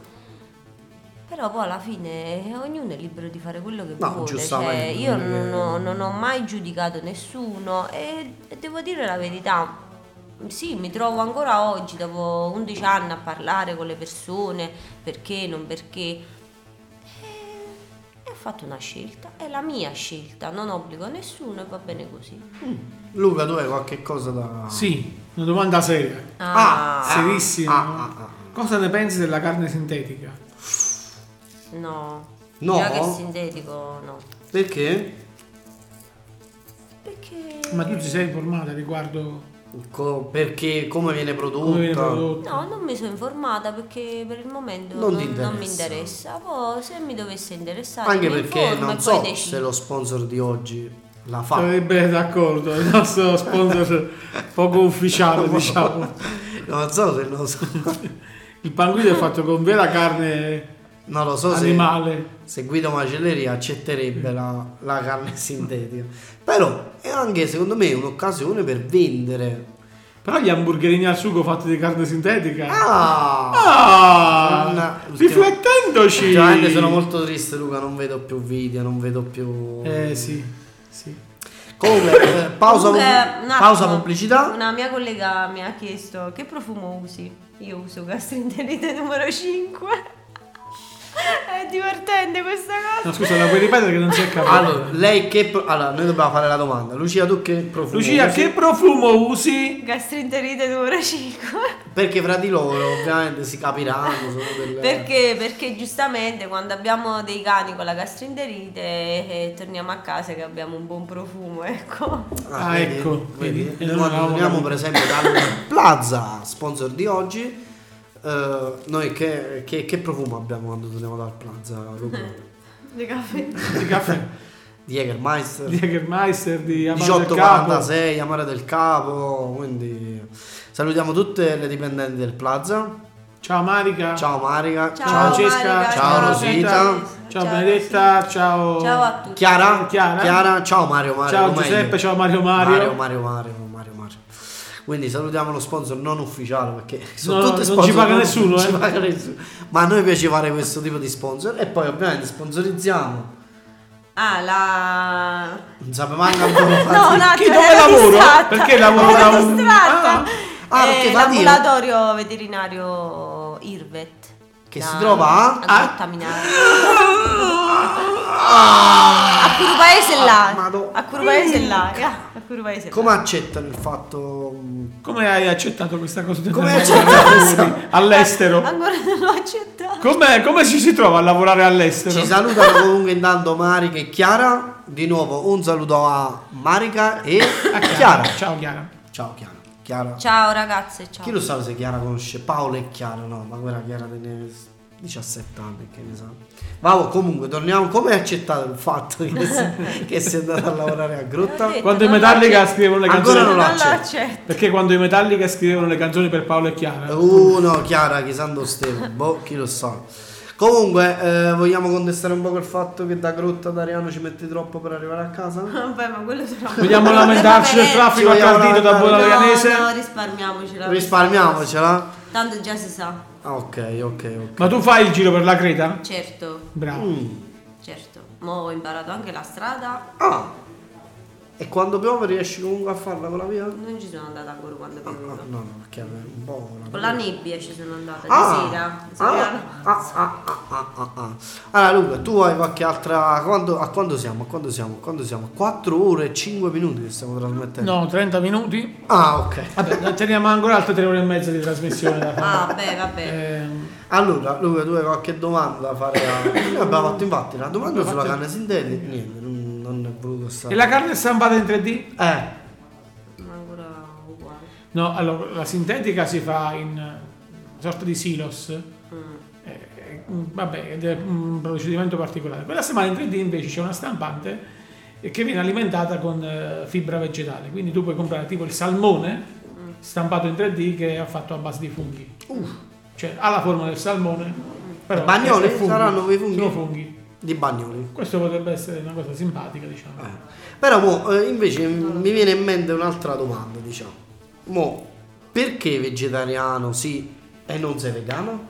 Speaker 5: Però poi alla fine eh, ognuno è libero di fare quello che
Speaker 1: No,
Speaker 5: vuole. Cioè,
Speaker 1: giustamente,
Speaker 5: io
Speaker 1: non è
Speaker 5: non
Speaker 1: che-
Speaker 5: ho, non ho mai giudicato nessuno e e devo dire la verità. Sì, mi trovo ancora oggi, dopo 11 anni, a parlare con le persone, perché, non perché. eh, E, e ho fatto una scelta, è la mia scelta, non obbligo a nessuno e va bene così.
Speaker 1: Luca, tu hai qualche cosa da...
Speaker 2: Sì, una domanda seria.
Speaker 1: Ah,
Speaker 2: Serissima.
Speaker 1: ah, ah, ah.
Speaker 2: Cosa ne pensi della carne sintetica?
Speaker 5: no.
Speaker 1: No?
Speaker 5: Già che è sintetico, no.
Speaker 1: Perché?
Speaker 5: Perché...
Speaker 2: Ma tu ti sei informata riguardo
Speaker 1: Co- perché? Come viene prodotto?
Speaker 2: come viene prodotto?
Speaker 5: No, non mi sono informata perché per il momento
Speaker 1: Non
Speaker 5: non,
Speaker 1: ti
Speaker 5: non mi
Speaker 1: interessa.
Speaker 5: interessa. Poi se mi dovesse interessare,
Speaker 1: Anche
Speaker 5: mi
Speaker 1: perché
Speaker 5: informo e
Speaker 1: non
Speaker 5: poi
Speaker 1: so
Speaker 5: decido.
Speaker 1: se lo sponsor di oggi la fa.
Speaker 2: Sarebbe d'accordo, il nostro sponsor poco ufficiale, diciamo.
Speaker 1: Non so se lo so.
Speaker 2: Il panguino è fatto con vera carne
Speaker 1: Non lo so se,
Speaker 2: animale.
Speaker 1: se Guido Macelleria accetterebbe la, la carne sintetica. Però è anche secondo me un'occasione per vendere.
Speaker 2: Però gli hamburgerini al sugo fatti di carne sintetica.
Speaker 1: Ah!
Speaker 2: Ah!
Speaker 1: Una-
Speaker 2: riflettendoci.
Speaker 1: Ultimamente sono molto triste Luca, non vedo più video, non vedo più...
Speaker 2: Eh sì, sì.
Speaker 1: Comunque, eh, pausa,
Speaker 5: Comunque, un attimo,
Speaker 1: pausa pubblicità.
Speaker 5: Una mia collega mi ha chiesto che profumo usi. Io uso gastroenterite numero 5. È divertente questa cosa.
Speaker 2: No, scusa, la puoi ripetere che non si è capito.
Speaker 1: Allora, lei che... pro- Allora, noi dobbiamo fare la domanda. Lucia, tu che profumo
Speaker 2: Lucia,
Speaker 1: usi?
Speaker 2: che profumo usi?
Speaker 5: Gastroenterite numero 5.
Speaker 1: Perché fra di loro ovviamente si capiranno. Sono delle...
Speaker 5: Perché? Perché giustamente quando abbiamo dei cani con la gastroenterite eh, torniamo a casa che abbiamo un buon profumo, ecco.
Speaker 2: Ah,
Speaker 1: vedi?
Speaker 2: ecco,
Speaker 1: Vedi?
Speaker 2: vedi?
Speaker 1: Noi
Speaker 2: E
Speaker 1: quando
Speaker 2: non avevamo
Speaker 1: torniamo per
Speaker 2: capito.
Speaker 1: esempio dal Plaza, sponsor di oggi, eh, noi che, che- che profumo abbiamo quando torniamo dal Plaza? Luca?
Speaker 5: Le caffè.
Speaker 2: Di caffè,
Speaker 1: Di Jägermeister,
Speaker 2: di Jägermeister, di Amaro del Capo.
Speaker 1: 1846, Amare del Capo, quindi salutiamo tutte le dipendenti del Plaza.
Speaker 2: Ciao Marica.
Speaker 1: Ciao Marica,
Speaker 5: Ciao,
Speaker 2: Ciao Francesca.
Speaker 5: Marica,
Speaker 1: Ciao Rosita.
Speaker 2: Ciao Benedetta. Ciao.
Speaker 5: Ciao a tutti.
Speaker 1: Chiara,
Speaker 2: Chiara.
Speaker 1: ciao Mario Mario.
Speaker 2: Ciao
Speaker 1: com'è?
Speaker 2: Giuseppe, ciao Mario Mario.
Speaker 1: Mario Mario Mario Mario Mario. Quindi salutiamo lo sponsor non ufficiale perché sono
Speaker 2: No,
Speaker 1: tutti
Speaker 2: non
Speaker 1: sponsor
Speaker 2: ci paga
Speaker 1: non-
Speaker 2: nessuno,
Speaker 1: non ci
Speaker 2: eh.
Speaker 1: paga nessuno. Ma a noi piace fare questo tipo di sponsor e poi ovviamente sponsorizziamo.
Speaker 5: Ah, la...
Speaker 1: Non sapeva manco ancora
Speaker 5: No, un
Speaker 1: fare-
Speaker 5: attimo,
Speaker 2: chi- dove
Speaker 5: ero
Speaker 2: lavoro?
Speaker 5: distratta.
Speaker 2: Perché lavoro
Speaker 5: Ero
Speaker 2: da un-
Speaker 5: distratta.
Speaker 2: Ah.
Speaker 1: Ah,
Speaker 5: Eh,
Speaker 1: perché fa Dio.
Speaker 5: L'ambulatorio veterinario Irvet.
Speaker 1: Che si trova Ah. a-
Speaker 5: a Grottaminare.
Speaker 1: Ah.
Speaker 5: A Curvaese là.
Speaker 1: Madò.
Speaker 5: A Curvaese là. eh, A Curvaese là.
Speaker 1: Ah, Come accettano il fatto mh,
Speaker 2: Come hai accettato questa cosa? di
Speaker 1: Come hai
Speaker 2: andare a lavorare all'estero?
Speaker 5: Ancora non l'ho accettato.
Speaker 2: Com'è- Come ci si trova a lavorare all'estero?
Speaker 1: ci salutano comunque intanto Marica e Chiara. Di nuovo un saluto a Marica e a Chiara.
Speaker 2: Ciao Chiara.
Speaker 1: Ciao Chiara. Chiara.
Speaker 5: Ciao ragazze, ciao.
Speaker 1: Chi lo sa se Chiara conosce Paolo e Chiara? No, ma quella Chiara tiene 17 anni, che ne sa. Vabbè, comunque, torniamo. Come hai accettato il fatto che sei, che sei andata a lavorare a Grotta?
Speaker 5: L'ho
Speaker 2: Quando i
Speaker 5: Non
Speaker 2: Metallica
Speaker 5: l'accetto.
Speaker 2: scrivono le
Speaker 1: Ancora
Speaker 2: canzoni.
Speaker 1: non
Speaker 5: Non
Speaker 1: lo
Speaker 5: l'ho
Speaker 1: accetto.
Speaker 5: accetto.
Speaker 2: Perché quando i Metallica scrivono le canzoni per Paolo eh. e Chiara.
Speaker 1: Uh, no, Chiara, chi santo Stefano, boh, chi lo sa. Comunque, eh, vogliamo contestare un po' quel fatto che da Grotta ad Ariano ci metti troppo per arrivare a casa?
Speaker 5: Vabbè, ma quello sarà
Speaker 2: Vogliamo
Speaker 5: Ma
Speaker 2: lamentarci del
Speaker 5: vabbè,
Speaker 2: traffico
Speaker 1: Ci
Speaker 2: a
Speaker 1: vogliamo
Speaker 2: Cardito da
Speaker 1: lamentare.
Speaker 2: Buona
Speaker 5: No,
Speaker 2: Leganese?
Speaker 5: no, risparmiamocela.
Speaker 1: Risparmiamocela.
Speaker 5: Tanto già si sa,
Speaker 1: Ah, ok, ok, ok.
Speaker 2: Ma tu fai il giro per la Creta?
Speaker 5: certo.
Speaker 2: Bravo.
Speaker 1: Mm.
Speaker 5: certo. Mo ho imparato anche la strada,
Speaker 1: Ah! E quando piove riesci comunque a farla con la via? No,
Speaker 5: non ci sono andata ancora quando è
Speaker 1: no,
Speaker 5: piovuto.
Speaker 1: no, perché è un po'. una-
Speaker 5: Con la nebbia ci sono andata di
Speaker 1: Ah,
Speaker 5: sera.
Speaker 1: ah,
Speaker 5: Sì,
Speaker 1: ah, ah, ah, ah, ah. Allora Luca, tu hai qualche altra... quando- a quanto siamo? A quanto siamo? A quanto siamo? 4 ore e 5 minuti che stiamo trasmettendo.
Speaker 2: No, 30 minuti.
Speaker 1: Ah, ok.
Speaker 2: Vabbè, teniamo ancora altre 3 ore e mezza di trasmissione da fare.
Speaker 5: Ah, beh, vabbè.
Speaker 2: Ehm,
Speaker 1: Allora, Luca, tu hai qualche domanda da fare? A... Noi abbiamo fatto infatti una domanda sulla canna sintetica. Niente, non, non è voluto
Speaker 2: e
Speaker 1: stare.
Speaker 2: la carne stampata in 3D?
Speaker 1: Eh,
Speaker 5: Ma ancora uguale.
Speaker 2: No, allora la sintetica si fa in eh, una sorta di silos.
Speaker 5: Mm.
Speaker 2: Eh, eh, mm, vabbè, ed è un procedimento particolare. Quella stampa in 3D invece c'è una stampante eh, che viene alimentata con eh, fibra vegetale. Quindi tu puoi comprare tipo il salmone
Speaker 1: Mm.
Speaker 2: stampato in 3D che è fatto a base di funghi. Cioè ha la forma del salmone. Però
Speaker 1: Bagnoli?
Speaker 2: è funghi.
Speaker 1: Saranno quei funghi?
Speaker 2: Sono funghi.
Speaker 1: di Bagnoli.
Speaker 2: Questo potrebbe essere una cosa simpatica, diciamo.
Speaker 1: Eh. Però mo, eh, invece mi viene in mente un'altra domanda, diciamo. Mo, perché vegetariano sì e non sei vegano?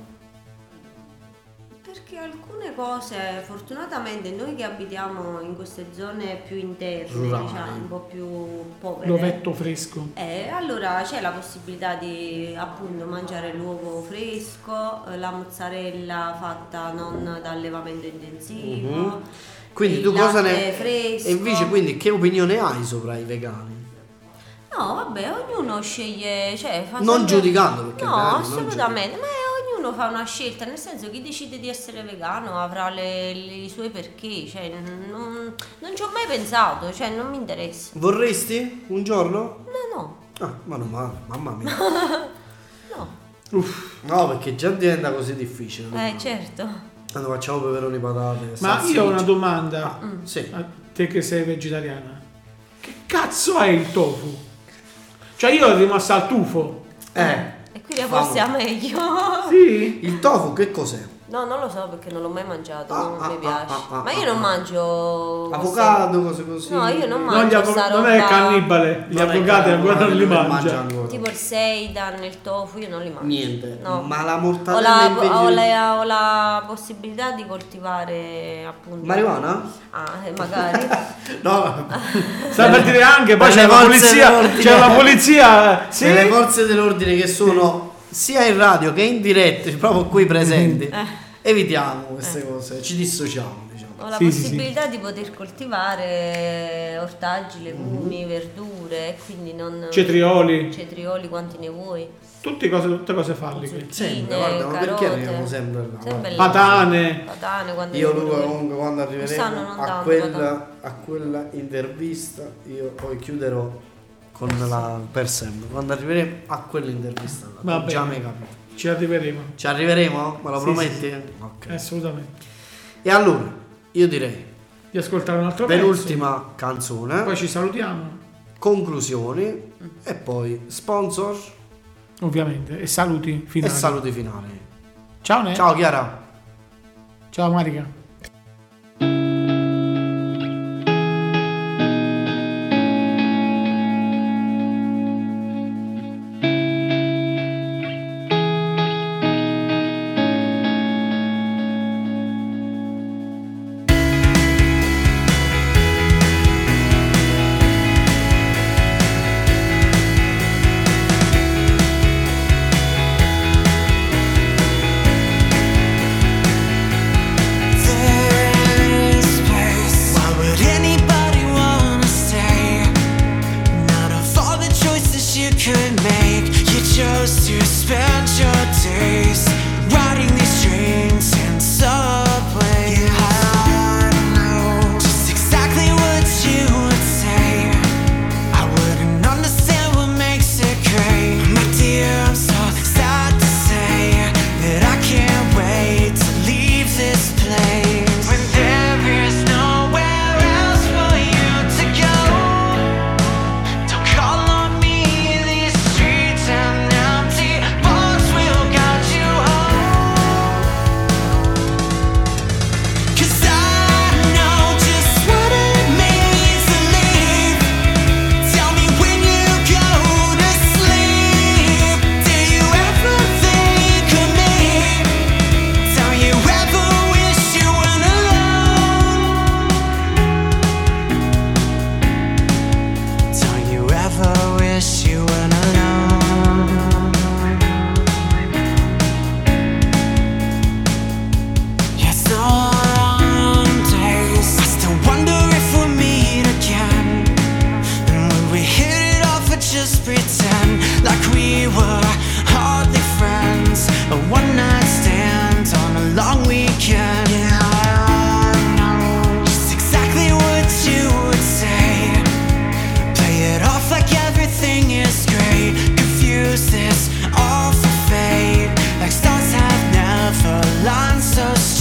Speaker 5: Perché alcune cose, fortunatamente noi che abitiamo in queste zone più interne,
Speaker 1: Rurali.
Speaker 5: diciamo, un po' più povere,
Speaker 2: L'ovetto fresco.
Speaker 5: eh, allora c'è la possibilità di appunto mangiare l'uovo fresco, eh, la mozzarella fatta non da allevamento intensivo.
Speaker 1: Mhm. Quindi
Speaker 5: il
Speaker 1: tu cosa
Speaker 5: latte
Speaker 1: ne...
Speaker 5: fresco.
Speaker 1: E invece quindi che opinione hai sopra i vegani?
Speaker 5: No, vabbè, ognuno sceglie, cioè fa
Speaker 1: Non
Speaker 5: sempre-
Speaker 1: giudicando, perché
Speaker 5: No,
Speaker 1: magari non
Speaker 5: assolutamente, ma è- ognuno fa una scelta, nel senso chi decide di essere vegano avrà le- le- i suoi perché, cioè n- non, non ci ho mai pensato, cioè non mi interessa.
Speaker 1: Vorresti un giorno?
Speaker 5: No, no,
Speaker 1: Ah, ma non male, mamma mia.
Speaker 5: no.
Speaker 1: Uff, no, perché già diventa così difficile.
Speaker 5: Eh, certo.
Speaker 1: Quando facciamo peperoni patate.
Speaker 2: Ma
Speaker 1: salsicce. Ah,
Speaker 2: io ho una domanda.
Speaker 5: Mm.
Speaker 1: Sì.
Speaker 2: A te che sei vegetariana, che cazzo è il tofu? Cioè io ero rimasto al tufo.
Speaker 1: Eh,
Speaker 5: E quindi
Speaker 1: Famo.
Speaker 5: forse è meglio.
Speaker 2: Sì.
Speaker 1: il tofu che cos'è?
Speaker 5: No, non lo so perché non l'ho mai mangiato,
Speaker 1: Ah,
Speaker 5: non
Speaker 1: ah,
Speaker 5: mi
Speaker 1: ah,
Speaker 5: piace.
Speaker 1: ah, ah,
Speaker 5: ma io
Speaker 1: ah,
Speaker 5: non
Speaker 1: ah.
Speaker 5: mangio...
Speaker 1: Avocado, cose così.
Speaker 5: No, io non
Speaker 2: Non, gli
Speaker 5: mangio
Speaker 2: avvo-
Speaker 5: sta
Speaker 2: non è
Speaker 5: roba-
Speaker 2: cannibale, gli
Speaker 1: Non è
Speaker 2: avvocati
Speaker 1: che-
Speaker 2: ancora non li
Speaker 1: mangia
Speaker 2: mangia.
Speaker 1: ancora.
Speaker 5: Tipo il seitan, il tofu, io non li mangio.
Speaker 1: Niente.
Speaker 5: No.
Speaker 1: Ma la
Speaker 5: Ho
Speaker 1: mortadella
Speaker 5: la,
Speaker 1: invece.
Speaker 5: ho la- ho la possibilità di coltivare appunto
Speaker 1: Marijuana?
Speaker 5: Ah, eh, magari.
Speaker 1: No,
Speaker 2: Sta per dire anche, poi
Speaker 1: Ma
Speaker 2: c'è
Speaker 1: le
Speaker 2: la
Speaker 1: forze
Speaker 2: polizia,
Speaker 1: dell'ordine.
Speaker 2: c'è la polizia, sì.
Speaker 1: se le forze dell'ordine che sono sia in radio che in diretta, proprio qui presenti,
Speaker 2: Eh.
Speaker 1: evitiamo queste cose, ci dissociamo, diciamo.
Speaker 5: Ho la
Speaker 2: Sì, sì,
Speaker 5: possibilità di poter coltivare ortaggi,
Speaker 1: Mm-hmm.
Speaker 5: legumi, verdure, e quindi non
Speaker 2: Cetrioli,
Speaker 5: cetrioli quanti ne vuoi.
Speaker 2: tutte cose, tutte cose falliche.
Speaker 1: Sempre, guarda, ma perché
Speaker 5: carote.
Speaker 1: arriviamo sempre là?
Speaker 5: Sempre là.
Speaker 2: Patane.
Speaker 5: Patane quanti
Speaker 1: Io
Speaker 5: ne
Speaker 1: Luca
Speaker 5: vuoi.
Speaker 1: comunque quando arriveremo
Speaker 5: Quest'anno non
Speaker 1: a
Speaker 5: tanto,
Speaker 1: quella, a quella intervista io poi chiuderò con la per sempre. Quando arriveremo a quell'intervista là,
Speaker 2: Va
Speaker 1: già
Speaker 2: bene.
Speaker 1: mi capito.
Speaker 2: Ci arriveremo.
Speaker 1: Ci arriveremo? Me lo
Speaker 2: Sì, Eh.
Speaker 1: prometti? Ok.
Speaker 2: Assolutamente.
Speaker 1: E allora, io direi
Speaker 2: Di ascoltare un altro pezzo.
Speaker 1: penultima canzone,
Speaker 2: Poi Mm. ci salutiamo,
Speaker 1: conclusioni e poi sponsor
Speaker 2: ovviamente. E saluti
Speaker 1: e
Speaker 2: finali.
Speaker 1: saluti finali.
Speaker 2: Ciao Ne.
Speaker 1: Ciao Chiara.
Speaker 2: Ciao Marica.
Speaker 3: There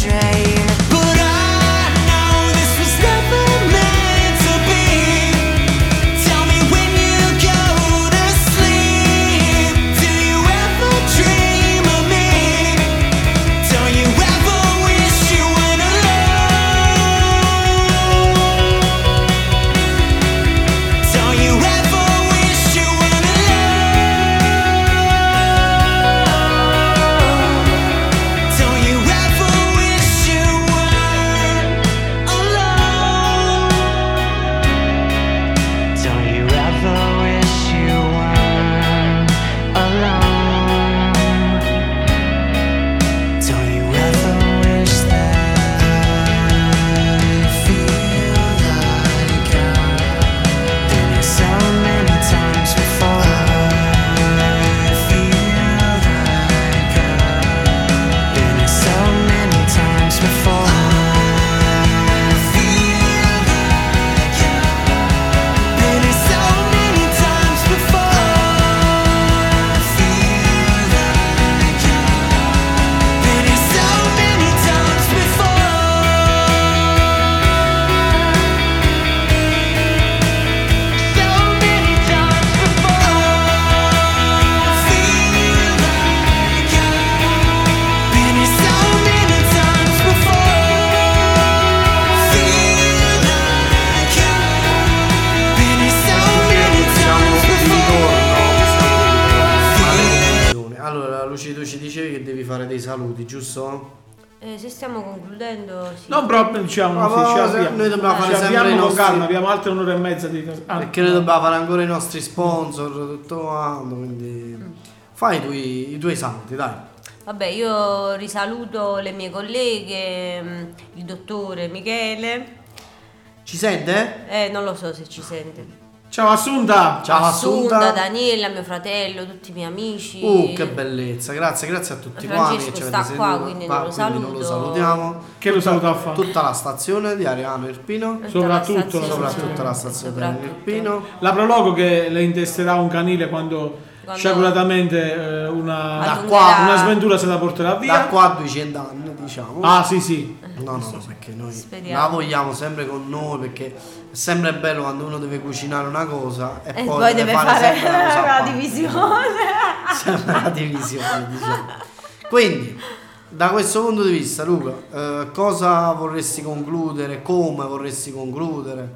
Speaker 6: train. But I know this was never meant to be. Tell me when you go to sleep. Do you ever dream of me? Don't you ever wish you went alone? Don't you ever wish you went alone? Don't you ever wish you weren't alone? Don't you ever wish you weren't alone? Don't you ever wish that I feel like I've been here so many times before? I feel like I've been here so many times before. I feel like I've been here so many times before. I feel like I've been here so many times before. So many times before, feel like I've been here so many times before. Feel like I've been here so many
Speaker 1: Siamo
Speaker 6: times
Speaker 1: di
Speaker 6: before.
Speaker 1: ritorno alle conclusioni. Allora, Luci, tu ci dicevi che devi fare dei saluti, giusto?
Speaker 5: Eh, se stiamo concludendo, sì.
Speaker 2: Non proprio, diciamo,
Speaker 1: Ma
Speaker 2: sì, ci
Speaker 1: va-
Speaker 2: avviamo.
Speaker 1: noi dobbiamo
Speaker 2: Ci
Speaker 1: fare sempre
Speaker 2: avviamo
Speaker 1: i
Speaker 2: con
Speaker 1: nostri-
Speaker 2: calma, abbiamo altre un'ora e mezza di cose. Ah,
Speaker 1: Perché noi dobbiamo fare ancora i nostri sponsor, tutto quanto,
Speaker 5: Mm.
Speaker 1: quindi... Fai i tuoi, i tuoi saluti, dai.
Speaker 5: Vabbè, io risaluto le mie colleghe, mh, il dottore Michele.
Speaker 1: Ci sente?
Speaker 5: Eh, non lo so se ci sente.
Speaker 2: Ciao Assunta!
Speaker 1: Ciao Assunta.
Speaker 5: Daniela, mio fratello, tutti i miei amici.
Speaker 1: Uh, che bellezza, grazie, grazie a tutti quanti.
Speaker 5: Francesco
Speaker 1: che ci
Speaker 5: sta
Speaker 1: avete
Speaker 5: qua,
Speaker 1: seguito.
Speaker 5: quindi
Speaker 1: Qua,
Speaker 5: non lo
Speaker 1: quindi non lo
Speaker 5: saluto.
Speaker 1: salutiamo.
Speaker 2: Che lo saluto a fare?
Speaker 1: Tutta la stazione di Ariano Irpino,
Speaker 5: Tutta
Speaker 2: Soprattutto
Speaker 5: la
Speaker 2: la
Speaker 5: stazione.
Speaker 1: soprattutto la stazione di Ariano
Speaker 5: Soprattutto.
Speaker 1: Irpino.
Speaker 2: La prologo che le intesterà un canile quando,
Speaker 5: Quando-
Speaker 2: sciaculatamente eh, una,
Speaker 1: Da
Speaker 5: Allungherà-
Speaker 1: qua,
Speaker 2: una sventura se la porterà
Speaker 1: Da
Speaker 2: via.
Speaker 1: qua a 200 anni, diciamo.
Speaker 2: Ah sì sì,
Speaker 1: No, no, no, perché noi
Speaker 5: Speriamo.
Speaker 1: la vogliamo sempre con noi perché è sempre bello quando uno deve cucinare una cosa e,
Speaker 5: E Eh, poi, deve fare,
Speaker 1: sempre una cosa a
Speaker 5: la
Speaker 1: parte.
Speaker 5: divisione.
Speaker 1: Sempre la divisione, diciamo. Quindi, da questo punto di vista, Luca, eh, cosa vorresti concludere? Come vorresti concludere?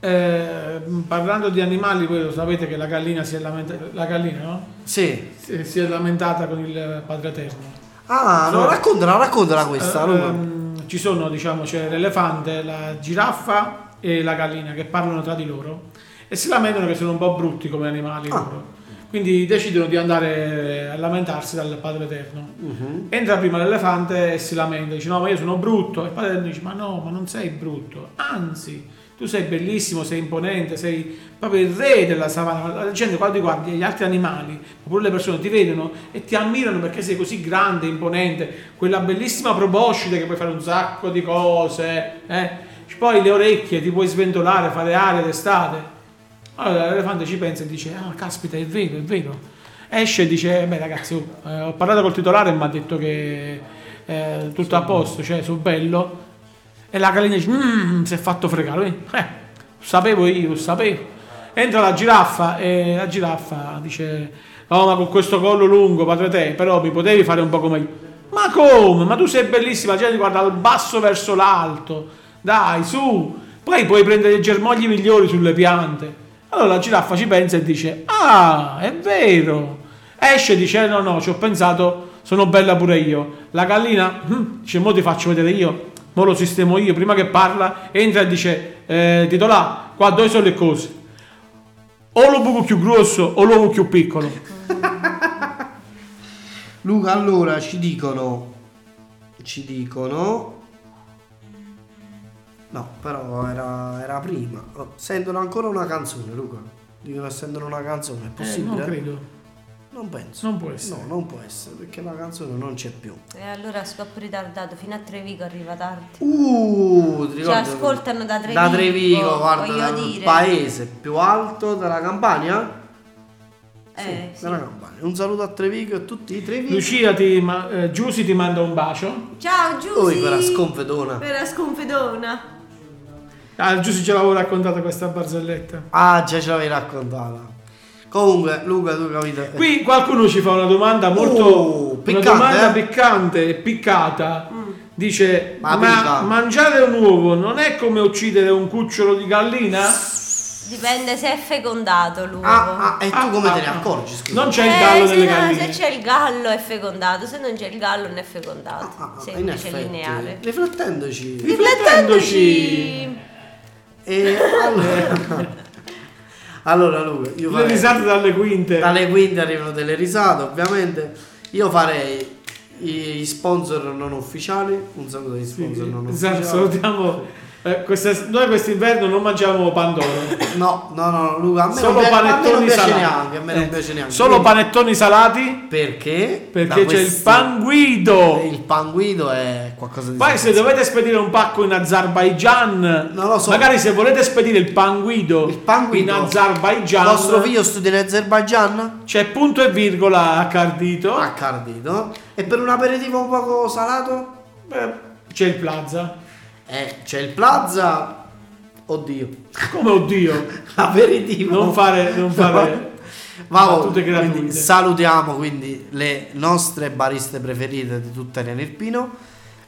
Speaker 2: Eh, parlando di animali voi lo sapete che la gallina si è lamentata, la gallina no?
Speaker 1: Sì.
Speaker 2: Si, si è lamentata con il padre eterno.
Speaker 1: Ah, no,
Speaker 2: Sì.
Speaker 1: raccontala, raccontala questa,
Speaker 2: Cioè, Eh,
Speaker 1: Luca.
Speaker 2: ehm, ci sono, diciamo, c'è l'elefante, la giraffa e la gallina che parlano tra di loro e si lamentano che sono un po' brutti come animali
Speaker 1: Ah.
Speaker 2: loro. Quindi decidono di andare a lamentarsi dal Padre Eterno.
Speaker 1: Mhm.
Speaker 2: Entra prima l'elefante e si lamenta, dice no ma io sono brutto. E il Padre Eterno dice ma no, ma non sei brutto, anzi tu sei bellissimo, sei imponente, sei proprio il re della savana. La gente quando ti guardi, gli altri animali, oppure le persone ti vedono e ti ammirano perché sei così grande, imponente, quella bellissima proboscide che puoi fare un sacco di cose. eh. Poi le orecchie ti puoi sventolare, fare aria d'estate. Allora l'elefante ci pensa e dice: Ah, caspita, è vero, è vero. Esce e dice: eh, Beh, ragazzi, oh, eh, ho parlato col titolare e mi ha detto che eh, tutto a posto, cioè, sono bello. E la gallina dice: Mmm, si è fatto fregare. Quindi, Eh, lo sapevo io, lo sapevo. Entra la giraffa e la giraffa dice: No, ma con questo collo lungo, padre te, però mi potevi fare un po' come. Ma come? Ma tu sei bellissima, la gente guarda dal basso verso l'alto. Dai, su. Poi puoi prendere i germogli migliori sulle piante. Allora la giraffa ci pensa e dice: Ah, è vero. Esce e dice: "Eh, No, no, ci ho pensato, sono bella pure io. La gallina, "Hm", dice: Mo ti faccio vedere io, mo lo sistemo io. Prima che parla, entra e dice: eh, Titolà, qua dove sono le cose? O lo buco più grosso o l'uovo più piccolo.
Speaker 1: Luca, allora ci dicono. Ci dicono. No, però era, era prima. Oh, Sentono ancora una canzone, Luca. Dicono che sentono una canzone, è
Speaker 2: Eh,
Speaker 1: possibile?
Speaker 2: non credo.
Speaker 1: Non penso.
Speaker 2: Non può essere.
Speaker 1: No, non può essere, perché la canzone non c'è più.
Speaker 5: E allora stop ritardato, fino a Trevico arriva tardi.
Speaker 1: Uh, ti
Speaker 5: Ci
Speaker 1: ricordi-
Speaker 5: ascoltano da Trevico,
Speaker 1: Da Trevico, guarda,
Speaker 5: voglio
Speaker 1: dal
Speaker 5: dire.
Speaker 1: paese più alto della Campania?
Speaker 5: Eh, sì.
Speaker 1: Dalla Campania. Un saluto a Trevico e a tutti i Trevico.
Speaker 2: Lucia ti, ma- eh, Giusy ti manda un bacio.
Speaker 4: Ciao
Speaker 1: Oi,
Speaker 4: Giussi!
Speaker 1: quella sconfedona.
Speaker 4: Per la sconfidona.
Speaker 2: Ah, Giusy ce l'avevo raccontata questa barzelletta.
Speaker 1: Ah, già ce l'avevi raccontata. Comunque, Luca, tu capito. eh,
Speaker 2: Qui qualcuno ci fa una domanda molto
Speaker 1: Oh, piccante,
Speaker 2: una domanda
Speaker 1: eh?
Speaker 2: piccante e piccata.
Speaker 5: Mm.
Speaker 2: Dice:
Speaker 1: Ma
Speaker 2: Ma,
Speaker 1: pica."
Speaker 2: mangiare un uovo non è come uccidere un cucciolo di gallina?
Speaker 5: Dipende se è fecondato l'uovo.
Speaker 1: Ah, ah, e tu
Speaker 2: Ah,
Speaker 1: come
Speaker 2: ah,
Speaker 1: te ne
Speaker 2: ah.
Speaker 1: accorgi? Scusa.
Speaker 2: Non
Speaker 5: Eh,
Speaker 2: c'è il gallo
Speaker 5: se,
Speaker 2: delle
Speaker 5: no,
Speaker 2: galline.
Speaker 5: se c'è il gallo è fecondato, se non c'è il gallo non è fecondato.
Speaker 1: Ah, ah, in
Speaker 5: Semplice
Speaker 1: effetti,
Speaker 5: lineare.
Speaker 1: riflettendoci.
Speaker 2: Riflettendoci.
Speaker 1: E allora, allora Luca, io
Speaker 2: Le
Speaker 1: farei-
Speaker 2: risate dalle quinte.
Speaker 1: dalle quinte arrivano delle risate, ovviamente. Io farei i i sponsor non ufficiali. Un saluto agli sponsor non
Speaker 2: Sa-
Speaker 1: ufficiali.
Speaker 2: Esatto, Salutiamo. eh, questa- noi quest'inverno non mangiamo pandoro.
Speaker 1: No, no, no, Luca, a me
Speaker 2: Solo
Speaker 1: non piace, a me non
Speaker 2: panettoni
Speaker 1: piace
Speaker 2: salati.
Speaker 1: neanche, a me non
Speaker 2: Eh,
Speaker 1: piace neanche.
Speaker 2: Solo
Speaker 1: Quindi-
Speaker 2: panettoni salati
Speaker 1: Perché? Da
Speaker 2: perché c'è il
Speaker 1: questi-
Speaker 2: panguido.
Speaker 1: Il panguido è qualcosa di
Speaker 2: Poi se dovete spedire un pacco in Azerbaijan,
Speaker 1: Non lo so.
Speaker 2: magari se volete spedire il panguido,
Speaker 1: Il panguido.
Speaker 2: in
Speaker 1: Il
Speaker 2: Azerbaijan,
Speaker 1: vostro figlio studia in Azerbaijan?
Speaker 2: c'è punto e virgola a Cardito,
Speaker 1: A Cardito. E per un aperitivo un poco salato?
Speaker 2: eh, c'è il Plaza.
Speaker 1: Eh, c'è il Plaza. Oddio.
Speaker 2: Come oddio,
Speaker 1: Aperitivo.
Speaker 2: non fare, non fare.
Speaker 1: Vabbè,
Speaker 2: battute gratuite.
Speaker 1: quindi salutiamo quindi le nostre bariste preferite di tutta Ariana Irpino.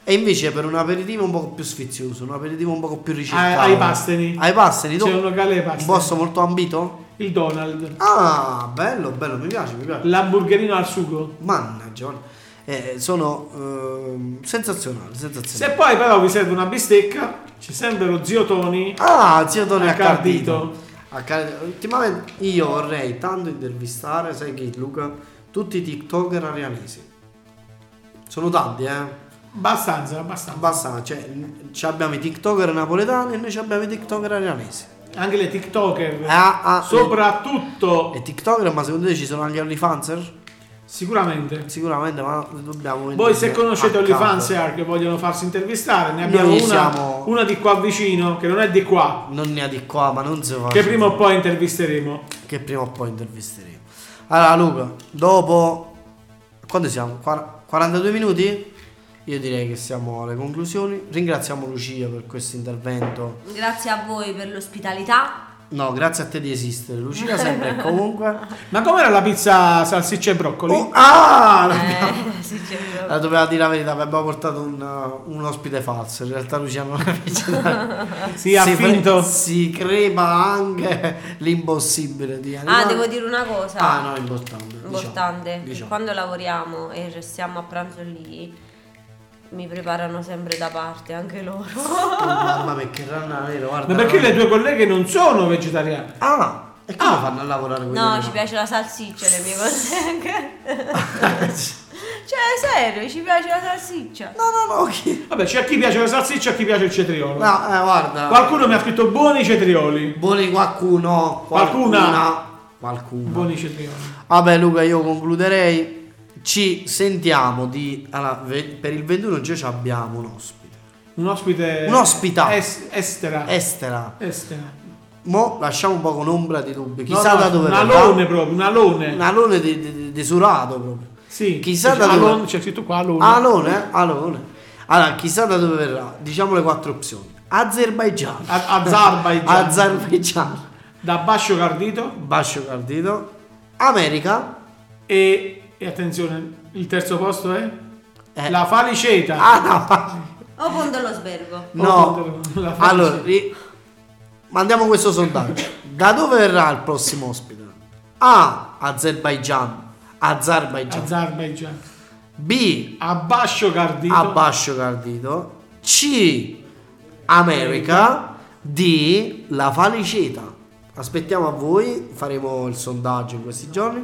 Speaker 1: E invece per un aperitivo un poco più sfizioso, un aperitivo un poco più ricercato.
Speaker 2: Ai- ai Pasteni.
Speaker 1: Ai pasteni, tu.
Speaker 2: C'è un locale ai
Speaker 1: Un
Speaker 2: Pasteni.
Speaker 1: posto molto ambito?
Speaker 2: Il Donald,
Speaker 1: Ah, bello, bello, mi piace, mi piace.
Speaker 2: l'hamburgerino al sugo.
Speaker 1: Mannaggia, guarda. Eh, sono ehm, sensazionali, sensazionali.
Speaker 2: Se poi però vi serve una bistecca, c'è sempre lo zio Tony.
Speaker 1: Ah, zio Tony
Speaker 2: A
Speaker 1: a Cardito.
Speaker 2: Cardito.
Speaker 1: A Cardito. Ultimamente io vorrei tanto intervistare, sai chi Luca? Tutti i TikToker arianesi. Sono tanti, eh.
Speaker 2: Abbastanza, abbastanza.
Speaker 1: Abbastanza, cioè, ci abbiamo i TikToker napoletani e noi ci abbiamo i TikToker arianesi.
Speaker 2: Anche le TikToker.
Speaker 1: Ah, ah,
Speaker 2: soprattutto,
Speaker 1: E TikToker, ma secondo te ci sono anche OnlyFanser?
Speaker 2: sicuramente.
Speaker 1: Sicuramente, ma dobbiamo Ah,
Speaker 2: Voi se conoscete
Speaker 1: Accanto.
Speaker 2: OnlyFansear che vogliono farsi intervistare,
Speaker 1: Noi
Speaker 2: ne abbiamo una,
Speaker 1: siamo-
Speaker 2: una di qua vicino, che non è di qua,
Speaker 1: Non ne ha di qua, ma non si fa.
Speaker 2: che prima o poi intervisteremo.
Speaker 1: che prima o poi intervisteremo. Allora, Luca, dopo quando siamo? Quar- 42 minuti? Io direi che siamo alle conclusioni. Ringraziamo Lucia per questo intervento.
Speaker 5: Grazie a voi per l'ospitalità.
Speaker 1: No, grazie a te di esistere, Lucia, sempre e comunque.
Speaker 2: Ma com'era la pizza salsiccia e broccoli?
Speaker 1: Oh, ah! l'abbiamo-
Speaker 5: Eh, sinceramente.
Speaker 1: La doveva dire la verità, vi abbiamo portato un, uh, un ospite falso. In realtà Lucia non è originale.
Speaker 2: Sì, ha
Speaker 1: si, pre-
Speaker 2: finto.
Speaker 1: si crepa anche l'impossibile di
Speaker 5: Ah,
Speaker 1: animare.
Speaker 5: devo dire una cosa.
Speaker 1: diciamo- Ah, no, è importante. diciamo,
Speaker 5: importante.
Speaker 1: diciamo.
Speaker 5: Quando lavoriamo e restiamo a pranzo lì, mi preparano sempre da parte anche loro.
Speaker 1: Oh, mamma mia, che rana nera, guarda.
Speaker 2: Ma perché
Speaker 1: guarda.
Speaker 2: le tue colleghe non sono vegetariane?
Speaker 1: Ah, e come fanno a lavorare con
Speaker 5: No, ci piace la salsiccia, le mie colleghe.
Speaker 1: Ah,
Speaker 5: cioè, serio, ci piace la salsiccia.
Speaker 1: No, no, no, chi...
Speaker 2: Vabbè, c'è a chi piace la salsiccia e a chi piace il cetriolo.
Speaker 1: No, eh, guarda.
Speaker 2: Qualcuno mi ha scritto buoni cetrioli.
Speaker 1: Buoni qualcuno.
Speaker 2: Qualcuna.
Speaker 1: Qualcuno.
Speaker 2: Buoni cetrioli.
Speaker 1: Vabbè, Luca, io concluderei. Ci sentiamo di... Allora, ve- per il 21 già ci abbiamo un ospite.
Speaker 2: Un ospite...
Speaker 1: Un'ospita.
Speaker 2: es- estera.
Speaker 1: Estera.
Speaker 2: estera.
Speaker 1: Mo lasciamo un po' con ombra di dubbi. Chissà
Speaker 2: No, no,
Speaker 1: da dove
Speaker 2: Un
Speaker 1: verrà.
Speaker 2: alone proprio, un alone.
Speaker 1: Un alone di- di- di- desurato proprio.
Speaker 2: Sì.
Speaker 1: Chissà
Speaker 2: c'è,
Speaker 1: da dove-
Speaker 2: alone, c'è scritto qua alone.
Speaker 1: Alone, eh? Alone. Allora, chissà da dove verrà. Diciamo le quattro opzioni. Azerbaigian.
Speaker 2: A- Azerbaigian.
Speaker 1: Azerbaigian.
Speaker 2: Da Bascio Cardito.
Speaker 1: Bascio Cardito. America.
Speaker 2: E, e attenzione, il terzo posto è
Speaker 1: Eh.
Speaker 2: la faliceta.
Speaker 1: Ah, no. ma-
Speaker 5: O Pondolosbergo.
Speaker 1: No.
Speaker 2: Oh, La faliceta.
Speaker 1: Allora, ri- mandiamo questo sondaggio. Da dove verrà il prossimo ospite? A. Azerbaigian. Azerbaigian.
Speaker 2: Azerbaijan.
Speaker 1: B.
Speaker 2: Abbascio Cardito.
Speaker 1: A Bascio Cardito. C. America. D. La faliceta. Aspettiamo a voi, faremo il sondaggio in questi giorni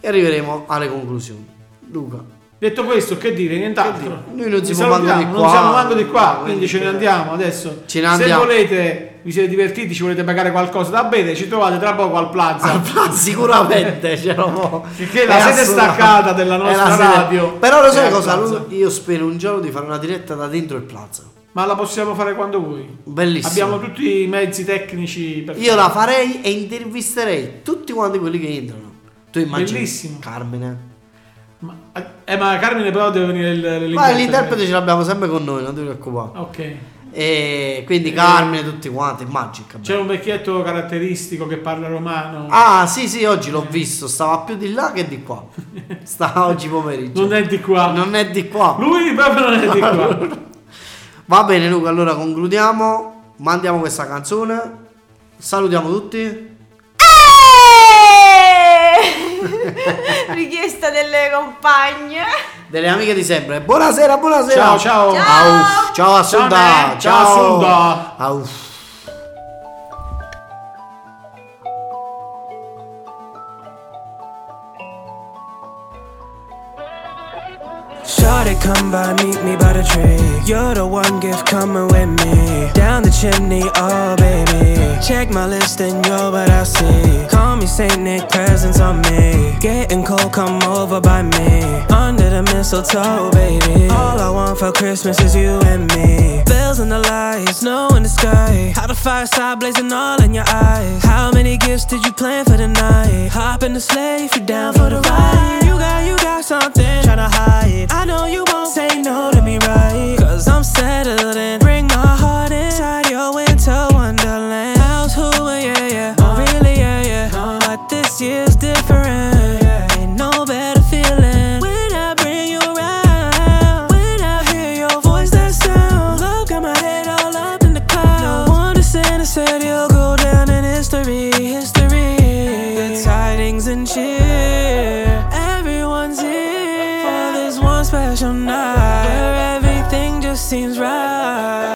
Speaker 1: e arriveremo alle conclusioni. Luca,
Speaker 2: Detto questo, che dire? Nient'altro.
Speaker 1: Noi non
Speaker 2: Vi
Speaker 1: siamo manco
Speaker 2: salutiamo,
Speaker 1: di
Speaker 2: non
Speaker 1: qua.
Speaker 2: siamo manco di qua,
Speaker 1: No,
Speaker 2: quindi ce ne
Speaker 1: quindi-
Speaker 2: andiamo adesso.
Speaker 1: Ce ne andiamo.
Speaker 2: Se volete, vi siete divertiti, ci volete pagare qualcosa da bere, ci trovate tra poco al plaza.
Speaker 1: sicuramente ce lo può-
Speaker 2: Perché la
Speaker 1: è
Speaker 2: sede
Speaker 1: assurda.
Speaker 2: staccata della
Speaker 1: È
Speaker 2: nostra
Speaker 1: la sede-
Speaker 2: radio. Eh,
Speaker 1: Però lo
Speaker 2: È
Speaker 1: sai
Speaker 2: a
Speaker 1: cosa?
Speaker 2: Plaza.
Speaker 1: Luca? Io spero un giorno di fare una diretta da dentro il plaza.
Speaker 2: Ma la possiamo fare quando vuoi.
Speaker 1: Bellissimo.
Speaker 2: Abbiamo tutti i mezzi tecnici per
Speaker 1: Io la farei e intervisterei tutti quanti quelli che entrano. Tu immagini
Speaker 2: Bellissimo.
Speaker 1: Carmine.
Speaker 2: Ma, eh, ma Carmine però deve venire il, l'interprete.
Speaker 1: Ma l'interprete ce l'abbiamo sempre con noi, non ti preoccupare.
Speaker 2: Ok.
Speaker 1: E quindi Carmine, tutti quanti, immagini. vabbè.
Speaker 2: C'è un vecchietto caratteristico che parla romano.
Speaker 1: Ah, sì, sì, oggi l'ho visto, stava più di là che di qua. Stava oggi pomeriggio.
Speaker 2: non è di qua.
Speaker 1: Non è di qua.
Speaker 2: Lui proprio non è di qua.
Speaker 1: Va bene Luca, allora concludiamo, mandiamo questa canzone, salutiamo tutti.
Speaker 4: Eh! Richiesta delle compagne.
Speaker 1: Delle amiche di sempre. Buonasera, buonasera.
Speaker 2: Ciao, ciao.
Speaker 1: Ciao, ciao Assunta.
Speaker 2: Ciao, Nè. Ciao, Assunta.
Speaker 1: Auf.
Speaker 3: Shawty, come by, meet me by the tree. You're the one gift coming with me. Down the chimney, oh baby. Check my list and you're what I see. Call me Saint Nick, presents on me. Getting cold, come over by me. Under the mistletoe, baby. All I want for Christmas is you and me. Bells in the lights, snow in the sky. How the fireside blazing all in your eyes. How many gifts did you plan for the night? Hop in the sleigh if you're down for the ride. You got, you got something tryna hide. I know you won't say no to me, right? Cause I'm settled and bring my heart inside your winter wonderland. How's who, yeah, yeah. Oh, really, yeah, yeah. But this year's different. Ain't no better feeling when I bring you around. When I hear your voice, that sound. Look at my head all up in the clouds. No wonder Santa said you'll go down in history, history. Good tidings and cheer. Everyone's here for this one special night where everything just seems right.